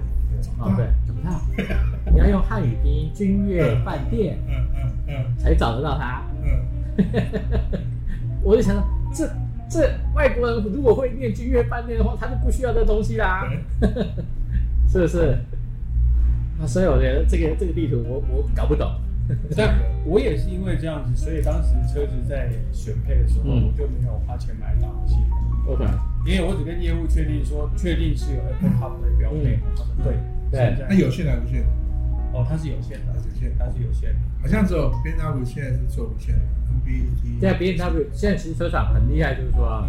[SPEAKER 1] 哦，对，找不到， 你要用汉语拼音君悦饭店
[SPEAKER 3] 嗯嗯嗯
[SPEAKER 1] 才找得到它。
[SPEAKER 3] 嗯，
[SPEAKER 1] 我就想到，这这外国人如果会念君悦饭店的话，他就不需要这东西啦，
[SPEAKER 3] 对。
[SPEAKER 1] 是不是？啊，所以我觉得这个这个地图我我搞不懂。
[SPEAKER 4] 但我也是因为这样子，所以当时车子在选配的时候，
[SPEAKER 1] 嗯
[SPEAKER 4] 我就没有花钱买导航系统，
[SPEAKER 1] OK，
[SPEAKER 4] 因为我只跟业务确定说，确定是有 Apple CarPlay 标配，他们对，
[SPEAKER 1] 嗯对
[SPEAKER 4] 现在
[SPEAKER 3] 那有线还是无线的？
[SPEAKER 4] 哦，它是有线的
[SPEAKER 3] 它，是有线
[SPEAKER 4] 它是有线的，
[SPEAKER 3] 好像只有 B N W 现在是做无线的，NBT E
[SPEAKER 1] 现在 B N W 现在其实车厂很厉害，就是说啊，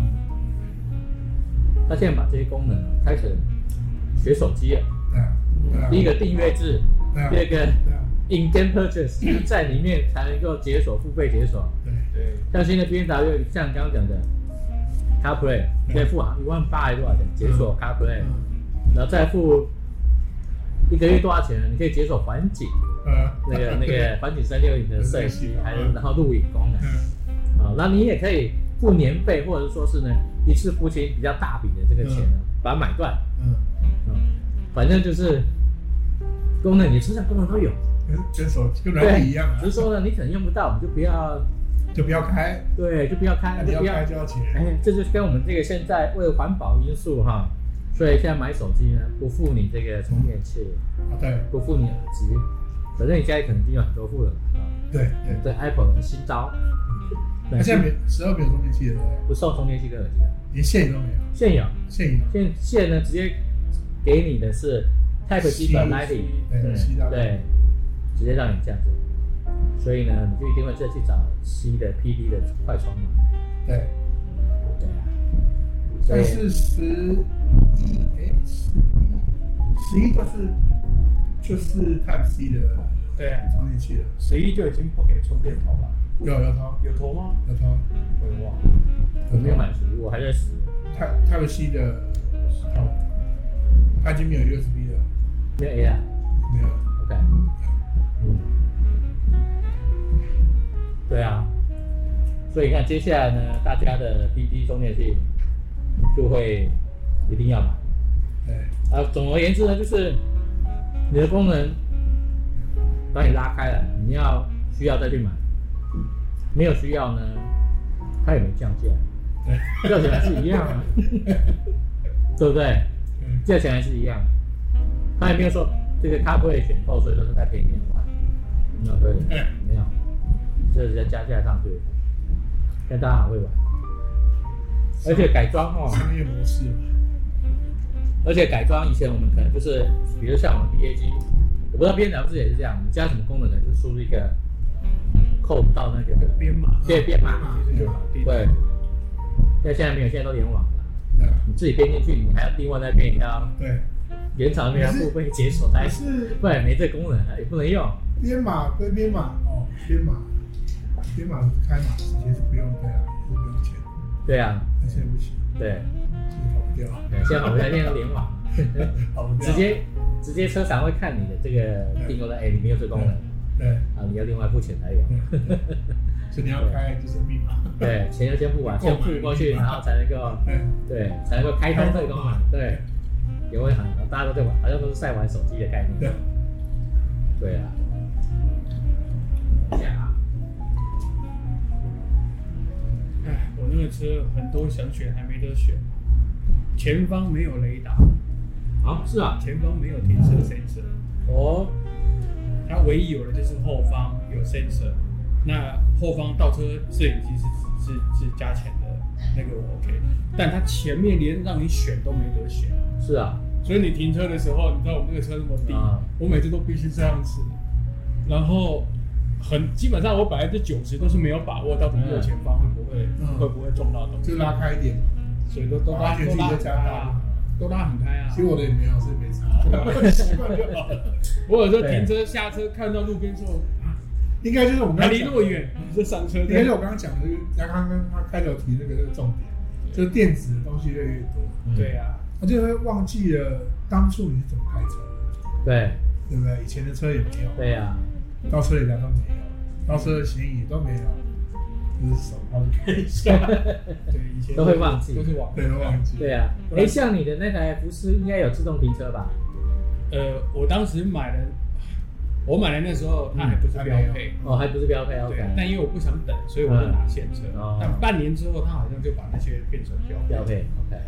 [SPEAKER 1] 他现在把这些功能啊开始学手机了。
[SPEAKER 3] 对啊对啊
[SPEAKER 1] 第一个订阅制，
[SPEAKER 3] 对啊
[SPEAKER 1] 第二个
[SPEAKER 3] 对啊
[SPEAKER 1] in game purchase 就是在里面才能够解锁付费解锁。
[SPEAKER 3] 对
[SPEAKER 4] 对，
[SPEAKER 1] 像现在 B N W 像刚刚讲的 CarPlay，
[SPEAKER 3] 嗯
[SPEAKER 1] 再付一万八还多少钱解锁 CarPlay，
[SPEAKER 3] 嗯
[SPEAKER 1] 然后再付一个月多少钱呢？你可以解锁环景
[SPEAKER 3] 呃
[SPEAKER 1] 那个那个环景三六零的摄影机，还有然后录影功能。
[SPEAKER 3] 嗯
[SPEAKER 1] 啊，那你也可以付年费，或者说是呢一次付清比较大笔的这个钱呢，把它买断啊、
[SPEAKER 3] 嗯，
[SPEAKER 1] 反正就是功能，你车上功能都有，
[SPEAKER 3] 跟跟手跟软体一样啊
[SPEAKER 1] 只，是说呢你可能用不到，你就不要
[SPEAKER 3] 就不要开，
[SPEAKER 1] 对，就不要开，
[SPEAKER 3] 那
[SPEAKER 1] 就
[SPEAKER 3] 你要
[SPEAKER 1] 不要
[SPEAKER 3] 开就要钱。
[SPEAKER 1] 哎，这就是跟我们这个现在为了环保因素哈，所以现在买手机呢，不付你这个充电器，
[SPEAKER 3] 啊，对
[SPEAKER 1] 不付你耳机，反正你家里可能已经有很多副了啊。
[SPEAKER 3] 对对，
[SPEAKER 1] 对 Apple 的新招，嗯
[SPEAKER 3] 那现在没十二没有充电器了，对不对
[SPEAKER 1] 不送充电器跟耳机的，
[SPEAKER 3] 连线都没有，
[SPEAKER 1] 现有
[SPEAKER 3] 线也没有
[SPEAKER 1] 现现呢直接给你的是 Type C 转 Lightning，
[SPEAKER 3] 对吸到
[SPEAKER 1] 对，直接让你这样子，所以呢，你就一定会再去找 C 的 PD 的快充嘛，
[SPEAKER 3] 对。
[SPEAKER 1] 对啊，所以
[SPEAKER 3] 但是十一哎十一十一就是就是 Type C 的
[SPEAKER 4] 对啊，
[SPEAKER 3] 充电器了，
[SPEAKER 4] 十一就已经不给充电头了，
[SPEAKER 3] 有有它
[SPEAKER 4] 有头吗？
[SPEAKER 3] 有它
[SPEAKER 4] 我也忘了。
[SPEAKER 1] 我没有买十一，我还在十，
[SPEAKER 3] Type Type C 的头，它已经没有 USB 了，
[SPEAKER 1] 没有 A 啊
[SPEAKER 3] 没有。
[SPEAKER 1] ，OK，嗯，对啊，所以你看接下来呢，大家的 PD 充电器就会一定要买。
[SPEAKER 3] 对
[SPEAKER 1] 呃，总而言之呢，就是你的功能把你拉开了，你要需要再去买，没有需要呢，它也没降价，价钱还是一样啊，对不对？
[SPEAKER 3] 嗯
[SPEAKER 1] 价钱还是一样，它也没有说这个它不会选购，所以说它便宜点买，没有对，没有，这是在加价上去，但大家很会玩，而且改装哦。
[SPEAKER 3] 商业模式嘛，
[SPEAKER 1] 而且改装以前我们可能就是，比如像我们 BA 机，我不知道 B N W 也是这样，你加什么功能呢？就是输入一个扣到那个
[SPEAKER 4] 编码
[SPEAKER 1] 对编码，
[SPEAKER 3] 啊
[SPEAKER 4] 其实就搞定。
[SPEAKER 1] 对。但现在没有，现在都联网了，
[SPEAKER 3] 对吧
[SPEAKER 1] 你自己编进去，你还要另外再编一条
[SPEAKER 3] 对，
[SPEAKER 1] 原厂那条付费解锁才
[SPEAKER 3] 还，是
[SPEAKER 1] 不然没这功能也不能用。
[SPEAKER 3] 编码归编码哦，编码编码是开码，直接是不用对啊，也是不用钱，
[SPEAKER 1] 对啊，
[SPEAKER 3] 那现在不行，
[SPEAKER 1] 对，
[SPEAKER 3] 这个跑不掉，
[SPEAKER 1] 现在好像现在都联网，
[SPEAKER 3] 跑不掉，
[SPEAKER 1] 直接直接车厂会看你的这个订购的，哎，你没有这功能
[SPEAKER 3] 对，
[SPEAKER 1] 啊，你要另外付钱才有。
[SPEAKER 3] 对所以你要开就是密码，
[SPEAKER 1] 对，钱要先付完，先付过去，然后才能够
[SPEAKER 3] 对
[SPEAKER 1] 对，才能够开通这个功能。对，也会很大家都在玩，好像都是在玩手机的概
[SPEAKER 3] 对
[SPEAKER 1] 念。。对啊，这样啊，
[SPEAKER 4] 唉，哎我那个车很多想选还没得选，前方没有雷达，
[SPEAKER 1] 好是啊，
[SPEAKER 4] 前方没有停车 sensor，
[SPEAKER 1] 哦，
[SPEAKER 4] 它唯一有的就是后方有 sensor。那后方倒车摄影机是是是加钱的，那个我 OK，但它前面连让你选都没得选，
[SPEAKER 1] 是啊，
[SPEAKER 4] 所以你停车的时候，你知道我们那个车那么低，
[SPEAKER 1] 啊
[SPEAKER 4] 我每次都必须这样子，然后很基本上我百分之九十都是没有把握到底右前方会不会、
[SPEAKER 3] 嗯
[SPEAKER 4] 会不会撞到东西，
[SPEAKER 3] 就拉开一点。
[SPEAKER 4] 所以都都拉
[SPEAKER 3] 而且
[SPEAKER 4] 都
[SPEAKER 3] 自己
[SPEAKER 4] 拉
[SPEAKER 3] 在
[SPEAKER 4] 很开
[SPEAKER 3] 家
[SPEAKER 4] 啊，都拉很开啊
[SPEAKER 3] 其。实我的也没有，所以没 差。习惯就好了。
[SPEAKER 4] 啊我有时候停车下车看到路边之后，啊
[SPEAKER 3] 应该就是我们刚
[SPEAKER 4] 还
[SPEAKER 3] 刚
[SPEAKER 4] 离
[SPEAKER 3] 讲
[SPEAKER 4] 那么，远，你就上车
[SPEAKER 3] 应该就是我刚刚讲的这个，刚刚刚他开头提那个这个重点，就是电子的东西越来越多，
[SPEAKER 1] 嗯
[SPEAKER 4] 对啊，
[SPEAKER 3] 他就会忘记了当初你是怎么开车的，
[SPEAKER 1] 对
[SPEAKER 3] 对不对？以前的车也没有，
[SPEAKER 1] 对啊，
[SPEAKER 3] 倒车雷达都没有，倒车的显影也都没有，就是手他就开一下，
[SPEAKER 4] 对，以前
[SPEAKER 1] 都会忘记
[SPEAKER 4] 都是忘记
[SPEAKER 3] 对，都忘记。
[SPEAKER 1] 对啊。哎，像你的那台福斯应该有自动停车吧？
[SPEAKER 4] 呃，我当时买的，我买的那时候它还不是标
[SPEAKER 3] 嗯还没
[SPEAKER 4] 配，
[SPEAKER 1] 哦，还不是标配
[SPEAKER 4] 对
[SPEAKER 1] OK，，
[SPEAKER 4] 但因为我不想等，所以我就拿现车
[SPEAKER 1] 嗯哦。
[SPEAKER 4] 但半年之后，它好像就把那些变成标
[SPEAKER 1] 标配 OK，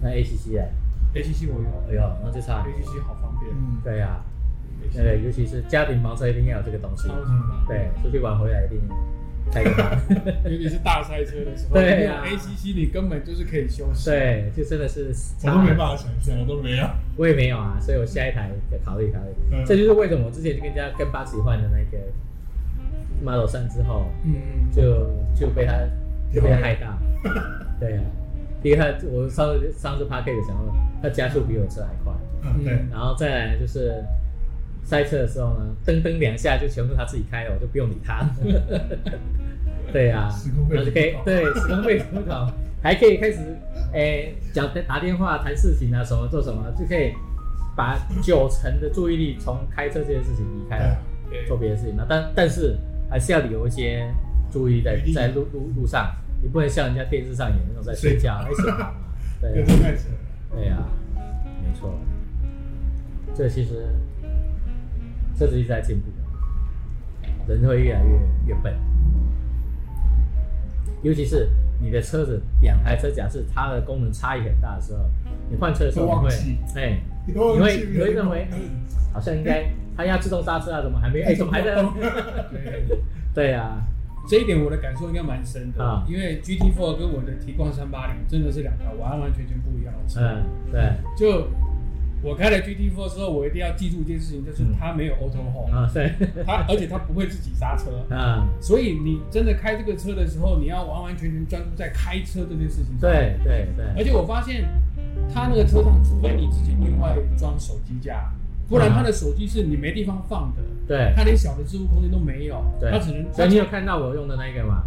[SPEAKER 1] 那 ACC 哎，
[SPEAKER 4] ACC 我
[SPEAKER 1] 哎
[SPEAKER 4] 有
[SPEAKER 1] 呦，那就差很多。
[SPEAKER 4] ，ACC 好方便，
[SPEAKER 3] 嗯，
[SPEAKER 1] 对啊，那个
[SPEAKER 4] ACC
[SPEAKER 1] 尤其是家庭房车一定要有这个嗯东西
[SPEAKER 4] 超。级方便。
[SPEAKER 1] 对，出去玩回来一定带个它。
[SPEAKER 4] 尤其是大赛车的时候，
[SPEAKER 1] 对啊
[SPEAKER 4] 没有 ACC 你根本就是可以休息。
[SPEAKER 1] 对，就真的是
[SPEAKER 3] 我都没办法想象，我都没有。
[SPEAKER 1] 我也没有啊，所以我下一台再考虑考虑。
[SPEAKER 3] 嗯
[SPEAKER 1] 这就是为什么我之前就跟人家跟八十换的那个 Model 三之后，
[SPEAKER 4] 嗯，
[SPEAKER 1] 就就被他就被他害到。对啊，第一个他我上次上次 p a r k 讲过，他加速比我车还快，
[SPEAKER 3] 嗯，对，
[SPEAKER 1] 然后再来就是塞车的时候呢，噔噔两下就全部他自己开了，我就不用理 他。对啊，
[SPEAKER 3] 时空背
[SPEAKER 1] 然后
[SPEAKER 3] 景
[SPEAKER 1] 就可以对时空背景不 同，还可以开始诶讲打电话谈事情啊，什么做什么，就可以把九成的注意力从开车这件事情离开了，
[SPEAKER 4] 对
[SPEAKER 1] 做别的事情。那但但是还是要留一些注意
[SPEAKER 3] 嗯
[SPEAKER 1] 在在路路路上，你不能像人家电视上演那种在睡觉，而 且好嘛，对
[SPEAKER 3] 对，
[SPEAKER 1] 啊
[SPEAKER 3] 这太扯了。
[SPEAKER 1] 对呀、没错，这其实这是一直在进步的，人会越来越越笨，尤其是你的车子两台车，假设它的功能差异很大的时候，你换车的时候
[SPEAKER 3] 会
[SPEAKER 1] 你
[SPEAKER 3] 忘
[SPEAKER 1] 会
[SPEAKER 3] 记，
[SPEAKER 1] 哎，
[SPEAKER 3] 你
[SPEAKER 1] 你
[SPEAKER 3] 会
[SPEAKER 1] 会你会认为，哎，好像应该它要自动刹车啊，怎么还没？ 哎，怎么还在？
[SPEAKER 4] 对，
[SPEAKER 1] 对啊，
[SPEAKER 4] 这一点我的感受应该蛮深的，
[SPEAKER 1] 啊
[SPEAKER 4] 因为 GT4 跟我的提冠三八零真的是两台完完全全不一样的车。
[SPEAKER 1] 嗯，对，
[SPEAKER 4] 就我开了 GT4 之后，我一定要记住一件事情，就是
[SPEAKER 1] 嗯
[SPEAKER 4] 它没有 auto hold，、
[SPEAKER 1] 啊， 对，
[SPEAKER 4] 它而且它不会自己刹车。
[SPEAKER 1] 啊，
[SPEAKER 4] 所以你真的开这个车的时候，你要完完全全专注在开车这件事情上。
[SPEAKER 1] 对对
[SPEAKER 4] 而
[SPEAKER 1] 对，
[SPEAKER 4] 且我发现，它那个车上，除非你自己另外装手机架，不然它的手机是你没地方放的，
[SPEAKER 1] 对
[SPEAKER 4] 它连小的置物空间都没有，它只能
[SPEAKER 1] 对，所以你有看到我用的那个吗？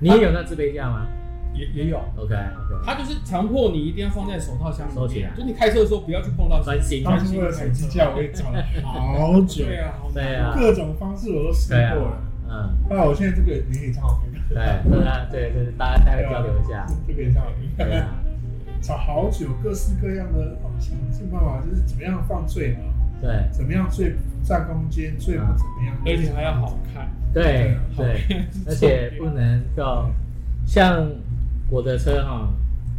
[SPEAKER 1] 你也有那自备架吗
[SPEAKER 4] 也也有，
[SPEAKER 1] ？OK OK，
[SPEAKER 4] 它就是强迫你一定要放在手套箱
[SPEAKER 1] 收
[SPEAKER 4] 里
[SPEAKER 1] 起
[SPEAKER 4] 面
[SPEAKER 1] 来，
[SPEAKER 4] 就你开车的时候不要去碰到手
[SPEAKER 1] 啊专
[SPEAKER 4] 机。
[SPEAKER 1] 心，
[SPEAKER 3] 当初为了手机架，我也找了好久，
[SPEAKER 4] 对啊，好
[SPEAKER 1] 对
[SPEAKER 4] 难。
[SPEAKER 1] 啊，
[SPEAKER 3] 各种方式我都试
[SPEAKER 1] 对
[SPEAKER 3] 过
[SPEAKER 1] 啊
[SPEAKER 3] 了。，
[SPEAKER 1] 嗯，
[SPEAKER 3] 那我现在这个你也超好听，
[SPEAKER 1] 对，大家对对，大家待会交流一下，
[SPEAKER 3] 这个也超好听。
[SPEAKER 1] 对啊，
[SPEAKER 3] 找好久，各式各样的哦想尽办法，就是怎么样放最好，
[SPEAKER 1] 对啊
[SPEAKER 3] 怎么样最不占空间，最不怎么样，
[SPEAKER 4] 而且还要好看，
[SPEAKER 1] 对对，而且不能够像我的车哈，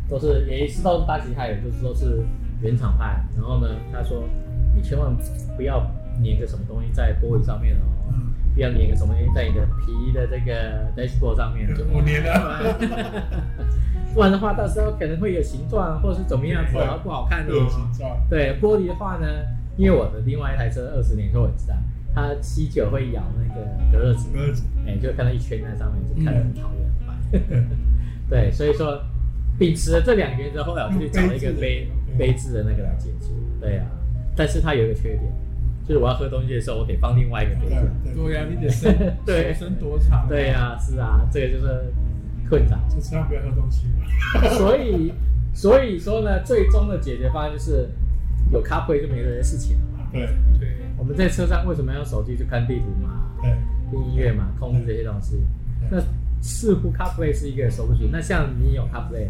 [SPEAKER 1] 都是也是都是大吉派，也就是都是原厂派，然后呢，他说你千万不要粘个什么东西在玻璃上面哦。
[SPEAKER 3] 嗯，
[SPEAKER 1] 不要粘个什么东西在你的皮的这个 dashboard 上面，
[SPEAKER 3] 我连了，
[SPEAKER 1] 不然的话，到时候可能会有形状或者是怎么样子，然后不好看
[SPEAKER 3] 各
[SPEAKER 1] 的
[SPEAKER 3] 种
[SPEAKER 1] 哦。
[SPEAKER 3] 形状，
[SPEAKER 1] 对玻璃的话呢，因为我的另外一台车二十年后我知道，它七九会咬那个隔热纸，
[SPEAKER 3] 各种
[SPEAKER 1] 哎、就看到一圈在上面，就看得很讨厌，很烦。 对，所以说秉持了这两个原则，后来我就去找了一个杯杯制的那个来解决。对啊，但是它有一个缺点，就是我要喝东西的时候，我得放另外一个杯
[SPEAKER 3] 对
[SPEAKER 1] 子。
[SPEAKER 3] 对，
[SPEAKER 4] 对呀、啊你得伸
[SPEAKER 1] 啊 对
[SPEAKER 4] 手伸多长？
[SPEAKER 1] 对啊，是啊，这个就是困扰。
[SPEAKER 3] 就千万不要喝东西嘛，
[SPEAKER 1] 所以， 所以说呢，最终的解决方案就是有 CarPlay 就没这些事情了嘛。
[SPEAKER 3] 对
[SPEAKER 4] 对，
[SPEAKER 1] 我们在车上为什么要用手机去看地图嘛、
[SPEAKER 3] 对
[SPEAKER 1] 听音乐嘛、控制这些东西？那
[SPEAKER 3] 对，
[SPEAKER 1] 似乎 CarPlay 是一个手不足。那像你有 CarPlay，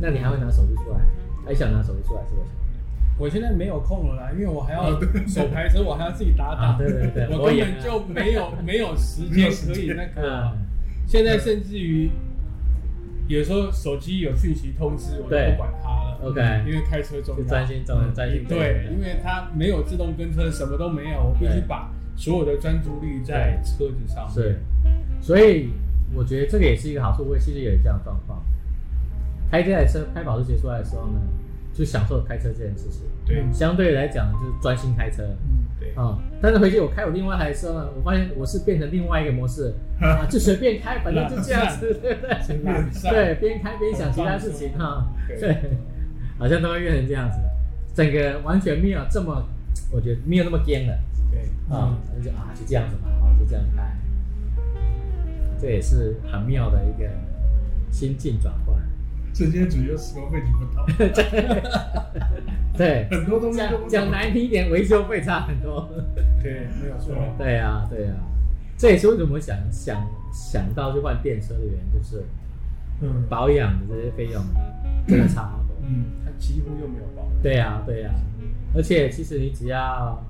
[SPEAKER 1] 那你还会拿手机出来？还想拿手机出来是为什么？
[SPEAKER 4] 我现在没有空了啦，因为我还要手排车，我还要自己打
[SPEAKER 1] 啊
[SPEAKER 4] 打，
[SPEAKER 1] 对对对
[SPEAKER 4] 我
[SPEAKER 1] 我
[SPEAKER 4] 根
[SPEAKER 1] 也啊
[SPEAKER 4] 本就没有没有时
[SPEAKER 3] 没
[SPEAKER 4] 间
[SPEAKER 3] 有时
[SPEAKER 4] 可
[SPEAKER 3] 间
[SPEAKER 4] 以那个。
[SPEAKER 1] 嗯，
[SPEAKER 4] 现在甚至于有时候手机有讯息通知，我就
[SPEAKER 1] 对
[SPEAKER 4] 不管它了。
[SPEAKER 1] OK
[SPEAKER 4] 因为开车重
[SPEAKER 1] 就
[SPEAKER 4] 要，
[SPEAKER 1] 专心重要专心
[SPEAKER 4] 对，因为它没有自动跟车，什么都没有，我必须
[SPEAKER 1] 对
[SPEAKER 4] 把所有的专注力在车子上面。
[SPEAKER 1] 是。所以我觉得这个也是一个好处。我也其实也有这样的状况，开这台车开保时捷出来的时候呢，就享受开车这件事情。
[SPEAKER 4] 对
[SPEAKER 1] 相对来讲就是专心开车。
[SPEAKER 3] 嗯，
[SPEAKER 4] 对
[SPEAKER 1] 啊、但是回去我开我另外一台车呢，我发现我是变成另外一个模式，啊，就随便开，反正就这样子，对不对？
[SPEAKER 4] 懒散
[SPEAKER 1] 对，边开边想其他事情哈、
[SPEAKER 4] 对
[SPEAKER 1] 对，好像都会变成这样子，整个完全没有这么，我觉得没有那么颠了
[SPEAKER 4] 对，
[SPEAKER 1] 啊，反正就啊就这样子嘛，哦，就这样开，这也是很妙的一个心境转换，
[SPEAKER 3] 瞬间主要时光费举不到，
[SPEAKER 4] 嗯
[SPEAKER 1] 对，
[SPEAKER 3] 很多东西都
[SPEAKER 1] 讲
[SPEAKER 3] 不
[SPEAKER 1] 讲难听一点，维修费差很多。
[SPEAKER 4] 对，没有错。
[SPEAKER 1] 对啊，对啊，这也是为什么想想想到去换电车的原因，就是
[SPEAKER 3] 嗯
[SPEAKER 1] 保养的这些费用真的差好多。
[SPEAKER 3] 嗯，
[SPEAKER 4] 它几乎又没有报。
[SPEAKER 1] 对啊，对啊，而且其实你只要，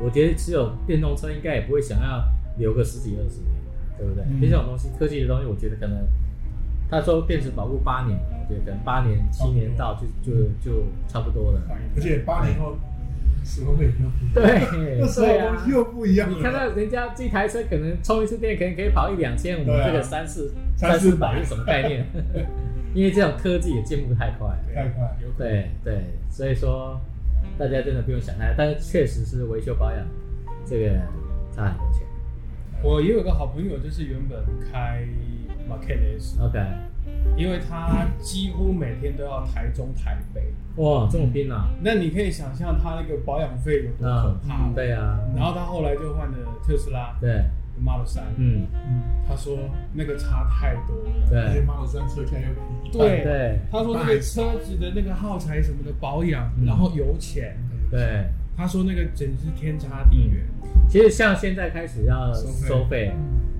[SPEAKER 1] 我觉得只有电动车应该也不会想要留个十几二十年，对不对？
[SPEAKER 3] 嗯
[SPEAKER 1] 就这种东西，科技的东西，我觉得可能他说电池保护八年，我觉得可能八年、七年到
[SPEAKER 3] 哦
[SPEAKER 1] 就就就差不多了。
[SPEAKER 3] 而且八零后时光费又不一样，
[SPEAKER 1] 对，
[SPEAKER 3] 那时候
[SPEAKER 1] 对啊
[SPEAKER 3] 东西又不一样
[SPEAKER 1] 你看
[SPEAKER 3] 了，
[SPEAKER 1] 到人家这台车可能充一次电，可能可以跑一两千，我
[SPEAKER 3] 对
[SPEAKER 1] 们
[SPEAKER 3] 啊
[SPEAKER 1] 这个三四
[SPEAKER 3] 三
[SPEAKER 1] 四
[SPEAKER 3] 四
[SPEAKER 1] 百
[SPEAKER 3] 百
[SPEAKER 1] 是什么概念？ 因为这种科技也进步太快了。
[SPEAKER 3] 太快，
[SPEAKER 4] 有可能
[SPEAKER 1] 对对，所以说大家真的不用想太多，但是确实是维修保养这个差很多钱。
[SPEAKER 4] 我也有个好朋友，就是原本开 Mercedes，
[SPEAKER 1] OK，
[SPEAKER 4] 因为他几乎每天都要台中、台北，
[SPEAKER 1] 哇，这么拼啊！
[SPEAKER 4] 那你可以想象他那个保养费有多可怕。
[SPEAKER 1] 嗯，。对啊，
[SPEAKER 4] 然后他后来就换了特斯拉
[SPEAKER 1] 对，
[SPEAKER 4] Model 3，
[SPEAKER 1] 嗯，
[SPEAKER 3] 嗯，
[SPEAKER 4] 他说那个差太多了。
[SPEAKER 3] 而且
[SPEAKER 1] 对
[SPEAKER 3] 马老三车现在又便宜，
[SPEAKER 4] 对
[SPEAKER 1] 对
[SPEAKER 4] 他说那个车子的那个耗材什么的保养，
[SPEAKER 1] 嗯
[SPEAKER 4] 然后油钱，
[SPEAKER 1] 对。嗯
[SPEAKER 4] 他说那个简直是天差地远。
[SPEAKER 1] 其实像现在开始要
[SPEAKER 3] 收费
[SPEAKER 1] 收费，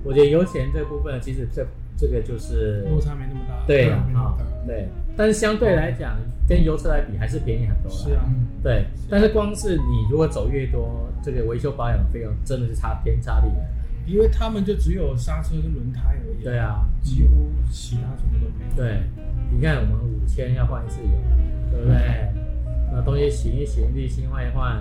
[SPEAKER 1] 我觉得油钱这部分，其实这这个就是
[SPEAKER 4] 落差没那么大。
[SPEAKER 1] 对啊
[SPEAKER 3] 对，
[SPEAKER 1] 啊、对，但是相对来讲，跟油车来比还是便宜很多啦。
[SPEAKER 4] 是啊，
[SPEAKER 3] 嗯，
[SPEAKER 1] 对，但是光是你如果走越多，这个维修保养的费用真的是差天差地远。
[SPEAKER 4] 因为他们就只有刹车跟轮胎而已。
[SPEAKER 1] 对，啊，
[SPEAKER 4] 几乎其他什么都没有。
[SPEAKER 1] 对，你看我们五千要换一次油，对不对？那东西洗一洗，滤芯换一换，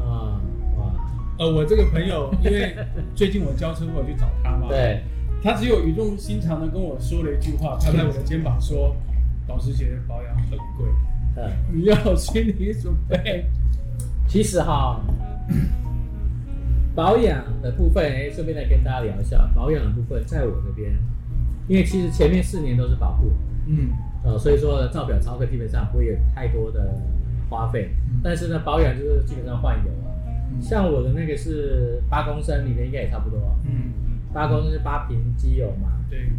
[SPEAKER 1] 啊、哇，
[SPEAKER 4] 呃，我这个朋友，因 为最近我交车，我有去找他嘛，，
[SPEAKER 1] 对，
[SPEAKER 4] 他只有语重心长的跟我说了一句话，拍拍我的肩膀说：“保时捷的保养很 贵，
[SPEAKER 1] 嗯，
[SPEAKER 4] 你要有心理准备。
[SPEAKER 1] 其实哈，保养的部分，哎，顺便再跟大家聊一下保养的部分，在我这边，因为其实前面四年都是保护，”
[SPEAKER 4] 嗯，
[SPEAKER 1] 呃，所以说呢，造表超客基本上不会有太多的花费，
[SPEAKER 4] 嗯
[SPEAKER 1] 但是呢，保养就是基本上换油啊。像我的那个是八公升，你的应该也差不多，
[SPEAKER 4] 嗯，
[SPEAKER 1] 八公升是八瓶机油嘛，
[SPEAKER 4] 对，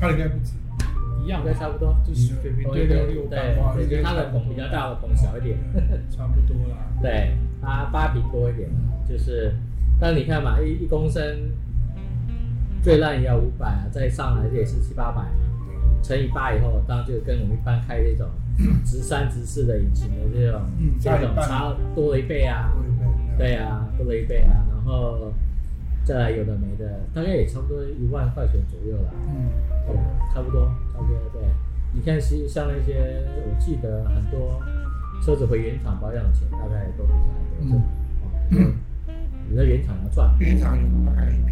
[SPEAKER 3] 他应该不止吧，
[SPEAKER 4] 一样
[SPEAKER 1] 应
[SPEAKER 4] 的
[SPEAKER 1] 该，差不多。
[SPEAKER 4] 就是随便
[SPEAKER 1] 同
[SPEAKER 4] 丢
[SPEAKER 1] 一个
[SPEAKER 4] 丢六
[SPEAKER 1] 对
[SPEAKER 4] 八八，
[SPEAKER 1] 对，就是它的孔比较大，我的孔小一点。
[SPEAKER 4] 差不多啦。
[SPEAKER 1] 对，八八瓶多一点，就是，但你看嘛，一一公升最烂也要五百啊，再上来也是七八百啊，乘以八以后，当然就跟我们一般开这种直三直四的引擎的这种、
[SPEAKER 3] 嗯
[SPEAKER 1] 这
[SPEAKER 3] 差一
[SPEAKER 1] 种
[SPEAKER 3] 半
[SPEAKER 1] 差多了一倍啊，
[SPEAKER 3] 对
[SPEAKER 1] 对
[SPEAKER 3] 对
[SPEAKER 1] 啊，多了一倍啊，然后再来有的没的，大概也差不多一万块钱左右啦。
[SPEAKER 3] 嗯，
[SPEAKER 1] 对，差不多，差不多。对，你看，其实像那些，我记得很多车子回原厂保养的钱，大概都比较多。
[SPEAKER 3] 嗯
[SPEAKER 1] 嗯，你在原厂要赚，
[SPEAKER 3] 原厂有大概一瓶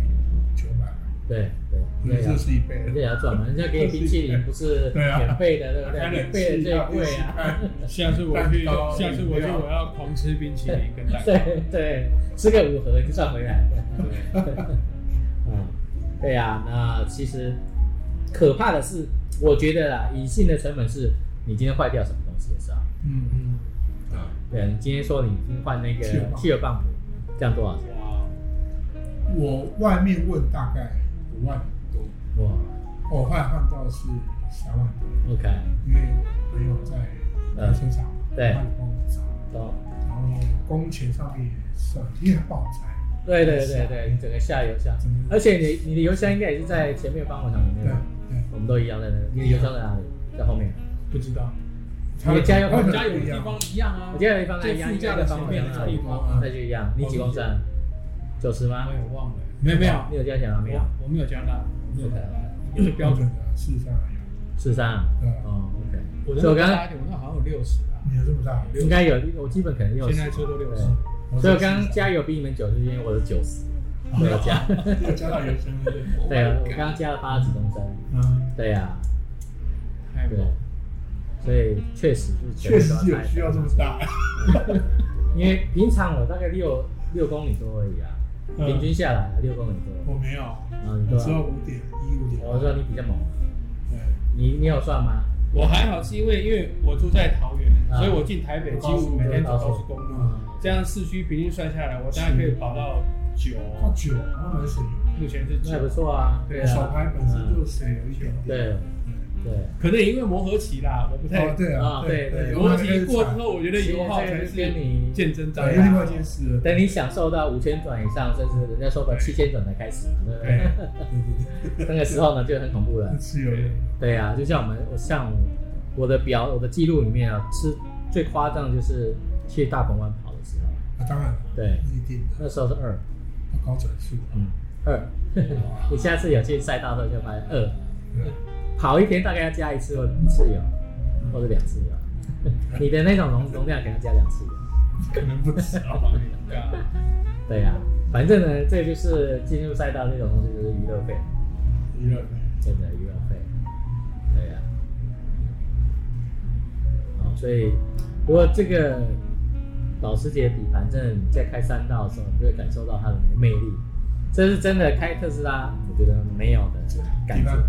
[SPEAKER 3] 九百，
[SPEAKER 1] 对对，
[SPEAKER 3] 你
[SPEAKER 1] 对
[SPEAKER 3] 这
[SPEAKER 1] 啊，
[SPEAKER 3] 是一倍了
[SPEAKER 1] 人家也要赚 嘛，人家给你冰淇淋不是
[SPEAKER 3] 对啊
[SPEAKER 1] 免费的，对 不对？
[SPEAKER 3] 开
[SPEAKER 1] 免
[SPEAKER 3] 冷
[SPEAKER 1] 费的
[SPEAKER 3] 气
[SPEAKER 1] 最贵啊。
[SPEAKER 3] 啊，
[SPEAKER 4] 下次我去，
[SPEAKER 3] 蛋糕
[SPEAKER 4] 下次我去，
[SPEAKER 3] 饮料
[SPEAKER 4] 我要狂吃冰淇淋跟蛋 糕。
[SPEAKER 1] 对对，吃个五盒就赚回来 了。
[SPEAKER 4] 对
[SPEAKER 1] 嗯，对呀、那其实可怕的是，我觉得啦，隐性的成本是你今天坏掉什么东西的时候。
[SPEAKER 3] 嗯嗯，啊，
[SPEAKER 1] 对，你今天说你换那个
[SPEAKER 3] 汽油棒
[SPEAKER 1] 汽油棒这样多少钱？
[SPEAKER 4] 哇，
[SPEAKER 3] 我外面问大概五万多，
[SPEAKER 1] 哇
[SPEAKER 3] 我换换到是三万多，
[SPEAKER 1] ，OK，
[SPEAKER 3] 因为我朋友在
[SPEAKER 1] 嗯
[SPEAKER 3] 生产，
[SPEAKER 1] 对
[SPEAKER 3] 他帮我找，
[SPEAKER 1] 哦，
[SPEAKER 3] 然后工钱上面也算，因为他帮我拆，
[SPEAKER 1] 对对对对，你整个下邮箱，
[SPEAKER 3] 整个
[SPEAKER 1] 而且你你的邮箱应该也是在前面帮我墙里面
[SPEAKER 3] 对
[SPEAKER 1] 吧？
[SPEAKER 3] 对，
[SPEAKER 1] 我们都一样在那个，你的邮箱在哪里？在后面。
[SPEAKER 4] 不知道，
[SPEAKER 1] 你的加油
[SPEAKER 3] 他
[SPEAKER 1] 口
[SPEAKER 3] 的
[SPEAKER 4] 加油的
[SPEAKER 3] 一
[SPEAKER 4] 地
[SPEAKER 3] 样
[SPEAKER 4] 方一样啊，
[SPEAKER 1] 我记得你放在一
[SPEAKER 4] 在
[SPEAKER 1] 样，
[SPEAKER 4] 副驾的前面
[SPEAKER 1] 那
[SPEAKER 4] 的地
[SPEAKER 3] 嗯
[SPEAKER 4] 方啊。
[SPEAKER 1] 那就一样。你几公升？九十吗
[SPEAKER 4] 我？也忘了，没有啊没有
[SPEAKER 1] 你有加钱吗？没有，
[SPEAKER 4] 我没有加大，我没有加大，有标
[SPEAKER 3] 标准。
[SPEAKER 4] 准
[SPEAKER 3] 的，事实上还有，
[SPEAKER 1] 四三啊
[SPEAKER 3] 对。
[SPEAKER 1] 哦，OK。
[SPEAKER 4] 我
[SPEAKER 1] 所以
[SPEAKER 4] 那
[SPEAKER 1] 我
[SPEAKER 4] 么
[SPEAKER 1] 刚
[SPEAKER 4] 大
[SPEAKER 1] 刚
[SPEAKER 4] 一点，我那好像有六十啊，
[SPEAKER 3] 你有这么大，
[SPEAKER 1] 应该有，我基本可能六十。
[SPEAKER 4] 现在车都六十
[SPEAKER 1] 对。
[SPEAKER 3] 我
[SPEAKER 1] 所以我刚刚加油比你们久，是因为我是九十，没有 加。
[SPEAKER 3] 有加到油箱，
[SPEAKER 1] 对啊，我刚刚加了八十几公升。
[SPEAKER 3] 嗯。
[SPEAKER 1] 对啊呀、
[SPEAKER 4] 太
[SPEAKER 1] 对
[SPEAKER 4] 猛。，
[SPEAKER 1] 所以确实是
[SPEAKER 3] 确实
[SPEAKER 1] 全部都
[SPEAKER 3] 有
[SPEAKER 1] 要
[SPEAKER 3] 需要这么大，
[SPEAKER 1] 开，因为平常我大概六六公里多而已啊，
[SPEAKER 3] 嗯
[SPEAKER 1] 平均下来啊六公里多。
[SPEAKER 3] 我没有，
[SPEAKER 1] 啊，你
[SPEAKER 3] 我
[SPEAKER 1] 多
[SPEAKER 3] 只有
[SPEAKER 1] 少？
[SPEAKER 3] 五点一五点
[SPEAKER 1] 我
[SPEAKER 3] 二，
[SPEAKER 1] 说你比较猛，
[SPEAKER 3] 对，
[SPEAKER 1] 你你有算吗？
[SPEAKER 4] 我还好，是因为因为我住在桃园，
[SPEAKER 1] 啊
[SPEAKER 4] 所以我进台北几乎每天走高速公路，
[SPEAKER 1] 嗯，
[SPEAKER 4] 这样市区平均算下来，我大概可以跑到九，
[SPEAKER 3] 他九，他蛮省油。
[SPEAKER 4] 目前是
[SPEAKER 1] 那也不
[SPEAKER 4] 九。
[SPEAKER 1] 错啊。
[SPEAKER 4] 对
[SPEAKER 1] 对
[SPEAKER 4] 啊
[SPEAKER 3] 手
[SPEAKER 1] 啊，
[SPEAKER 3] 牌本身就省油一点点。
[SPEAKER 1] 对对，
[SPEAKER 4] 可能也因为磨合期啦，我不太
[SPEAKER 3] 哦，。对啊，对，
[SPEAKER 4] 磨合期过之后，我觉得油耗才是
[SPEAKER 1] 跟你
[SPEAKER 4] 见真章啊
[SPEAKER 3] 找。一另外一件事，
[SPEAKER 1] 等啊你享受到五千转以上，甚至人家说的七千转才开始嘛，对不
[SPEAKER 3] 对
[SPEAKER 1] 对？ 那个时候呢就很恐怖了。
[SPEAKER 3] 是有
[SPEAKER 1] 对啊，就像我们，我像我的表，我的记录里面啊，是最夸张的就是去大鹏湾跑的时候，
[SPEAKER 3] 啊，当然了，
[SPEAKER 1] 对，
[SPEAKER 3] 一定的
[SPEAKER 1] 那时候是二，
[SPEAKER 3] 高转速，
[SPEAKER 1] 嗯，二。 你下次有去赛道的时候就发现二，
[SPEAKER 3] 对，
[SPEAKER 1] 跑一天大概要加一次或一次油，或者两次油。 你的那种容容量可能要加两次油。
[SPEAKER 3] 可能不止啊。
[SPEAKER 4] 对啊
[SPEAKER 1] 对呀、反正呢，这就是进入赛道这种东西就是娱乐费，
[SPEAKER 3] 一个
[SPEAKER 1] 真的娱乐费。对呀、哦，所以不过这个保时捷底盘，真的你在开山道的时候，你就会感受到它的那个魅力。这是真的开特斯拉，我觉得没有的感
[SPEAKER 3] 一般
[SPEAKER 1] 觉。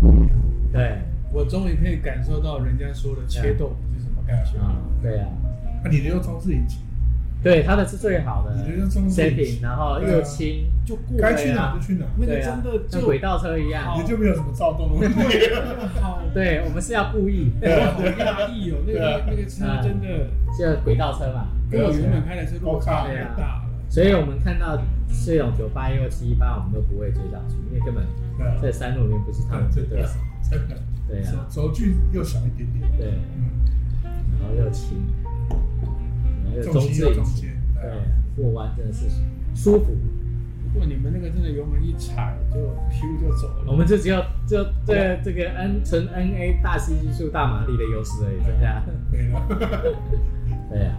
[SPEAKER 1] 对，
[SPEAKER 4] 我终于可以感受到人家说的切动是什么感觉。
[SPEAKER 1] 啊、对呀、
[SPEAKER 3] 那你的又装置引擎，
[SPEAKER 1] 对，它的是最好的
[SPEAKER 3] 你觉得中置
[SPEAKER 1] setting，然后又轻，
[SPEAKER 4] 就过
[SPEAKER 1] 啊
[SPEAKER 3] 该
[SPEAKER 4] 了
[SPEAKER 3] 去哪就去哪，
[SPEAKER 4] 那
[SPEAKER 1] 对
[SPEAKER 4] 个
[SPEAKER 1] 啊
[SPEAKER 4] 真的，
[SPEAKER 1] 像
[SPEAKER 4] 就
[SPEAKER 1] 轨道车一样。
[SPEAKER 3] 也就没有什么 躁动的问题。
[SPEAKER 1] 啊
[SPEAKER 4] 好，
[SPEAKER 1] 对，我们是要故意，
[SPEAKER 4] 我好压抑哦，那
[SPEAKER 3] 对
[SPEAKER 4] 个
[SPEAKER 3] 啊
[SPEAKER 4] 那个
[SPEAKER 1] 嗯
[SPEAKER 4] 车真的
[SPEAKER 1] 就轨道车嘛。
[SPEAKER 4] 跟我啊
[SPEAKER 1] 啊
[SPEAKER 4] 原本开的车落差太大了。
[SPEAKER 1] 所以我们看到这种九八六七八，我们都不会追上去，因为根本在山路里面不是他们的
[SPEAKER 3] 真
[SPEAKER 1] 对
[SPEAKER 3] 的
[SPEAKER 1] 手。，
[SPEAKER 3] 啊真的，
[SPEAKER 1] 对啊呀、
[SPEAKER 3] 轴轴距又小一点点，
[SPEAKER 1] 对，
[SPEAKER 3] 嗯，
[SPEAKER 1] 然后又轻，然后又
[SPEAKER 3] 重
[SPEAKER 1] 中
[SPEAKER 3] 心
[SPEAKER 1] 置
[SPEAKER 3] 又
[SPEAKER 1] 引
[SPEAKER 3] 中
[SPEAKER 1] 擎
[SPEAKER 3] 间，哎
[SPEAKER 1] 对，过弯真的是舒服。
[SPEAKER 4] 如果你们那个真的油门一踩就咻就走了，
[SPEAKER 1] 我们就只有就这这个 N 纯 NA 大吸技术大马力的优势而已，剩下
[SPEAKER 3] 没了。
[SPEAKER 1] 对呀、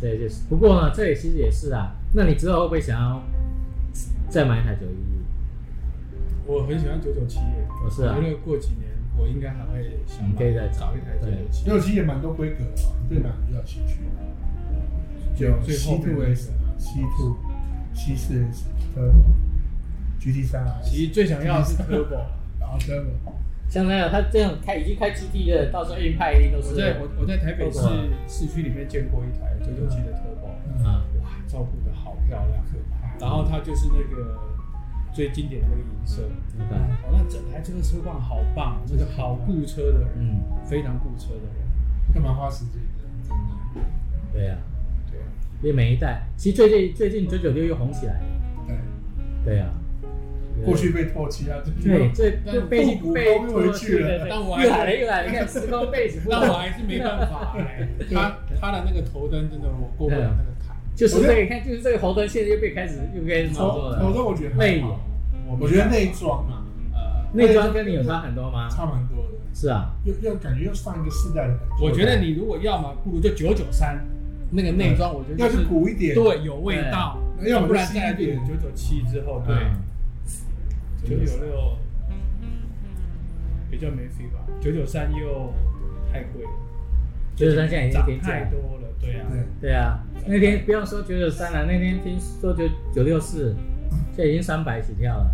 [SPEAKER 1] 这也就是。不过呢，这也其实也是啊。那你之后会不会想要再买一台九一一？
[SPEAKER 4] 我很喜欢九九七耶，
[SPEAKER 1] 哦是啊
[SPEAKER 4] 我觉得过几年我应该还会想
[SPEAKER 1] 你可以再找
[SPEAKER 4] 找一台九
[SPEAKER 1] 对
[SPEAKER 4] 九七。
[SPEAKER 3] 六七也蛮多规格的、哦，对哪个比较有兴趣？
[SPEAKER 4] 最
[SPEAKER 3] 有
[SPEAKER 4] 最
[SPEAKER 3] C
[SPEAKER 4] 后面
[SPEAKER 3] two
[SPEAKER 4] 那个
[SPEAKER 3] S、C two、C 四 S、Turbo、GT 三啊 S，
[SPEAKER 4] 其实最想要的是 Turbo，
[SPEAKER 3] 然后 Turbo
[SPEAKER 1] 像那个他这样开已经开 GT 的，到时候硬派一定都
[SPEAKER 4] 我
[SPEAKER 1] 是
[SPEAKER 4] 在我我在台北市
[SPEAKER 1] Turbo
[SPEAKER 4] 市区里面见过一台九九七的 Turbo，
[SPEAKER 1] 啊，
[SPEAKER 4] 哇，照顾的好漂亮，
[SPEAKER 3] 可怕。
[SPEAKER 4] 然后它就是那个最经典的那个银色，
[SPEAKER 1] 那个
[SPEAKER 4] 哦，那整台车的车况好棒，那个好顾车的人，
[SPEAKER 1] 嗯，
[SPEAKER 4] 非常顾车的人。
[SPEAKER 3] 干嘛花时间呢？
[SPEAKER 1] 对呀、
[SPEAKER 4] 对，
[SPEAKER 1] 因为每一代，其实最近最近九九六又红起来了，
[SPEAKER 3] 对，
[SPEAKER 1] 对呀、
[SPEAKER 3] 过去被唾弃啊，最近
[SPEAKER 1] 对，
[SPEAKER 3] 又
[SPEAKER 1] 这
[SPEAKER 4] 但
[SPEAKER 1] 这被
[SPEAKER 3] 复古
[SPEAKER 1] 被
[SPEAKER 3] 都回去了
[SPEAKER 1] 对对
[SPEAKER 4] 但我还
[SPEAKER 1] 又来了又来了，你看时空背景不
[SPEAKER 4] 但我
[SPEAKER 1] 同，
[SPEAKER 4] 还是没办法 哎、他他的那个头灯真的我过不了那个坎。
[SPEAKER 1] 就是这个，你看就是这个红灯现在又被开始又开始操作
[SPEAKER 3] 头头
[SPEAKER 1] 了，
[SPEAKER 3] 灯哦我觉
[SPEAKER 1] 内
[SPEAKER 3] 得还
[SPEAKER 1] 眼
[SPEAKER 3] 好，我觉得内装啊，
[SPEAKER 1] 嗯
[SPEAKER 3] 呃，
[SPEAKER 1] 内装跟你有差很多吗？
[SPEAKER 3] 差蛮多的，
[SPEAKER 1] 是啊，
[SPEAKER 3] 又又感觉又上一个世代的感觉。
[SPEAKER 4] 我觉得你如果要嘛，不如就九九三那个内装，我觉得、
[SPEAKER 3] 要
[SPEAKER 4] 是
[SPEAKER 3] 去鼓一点，，
[SPEAKER 4] 对，有味道，
[SPEAKER 3] 对要么就
[SPEAKER 4] 不然再来
[SPEAKER 3] 细一点
[SPEAKER 4] 九九七之后，
[SPEAKER 1] 嗯
[SPEAKER 4] 对，九九六比较没 feel 吧，九九三又太贵了，
[SPEAKER 1] 九九三现在已经
[SPEAKER 4] 涨
[SPEAKER 1] 停价
[SPEAKER 4] 太，多了，对啊，
[SPEAKER 3] 对，
[SPEAKER 1] 对啊，那天不用说九九三了，那天听说九九六四，现在已经三百起跳了，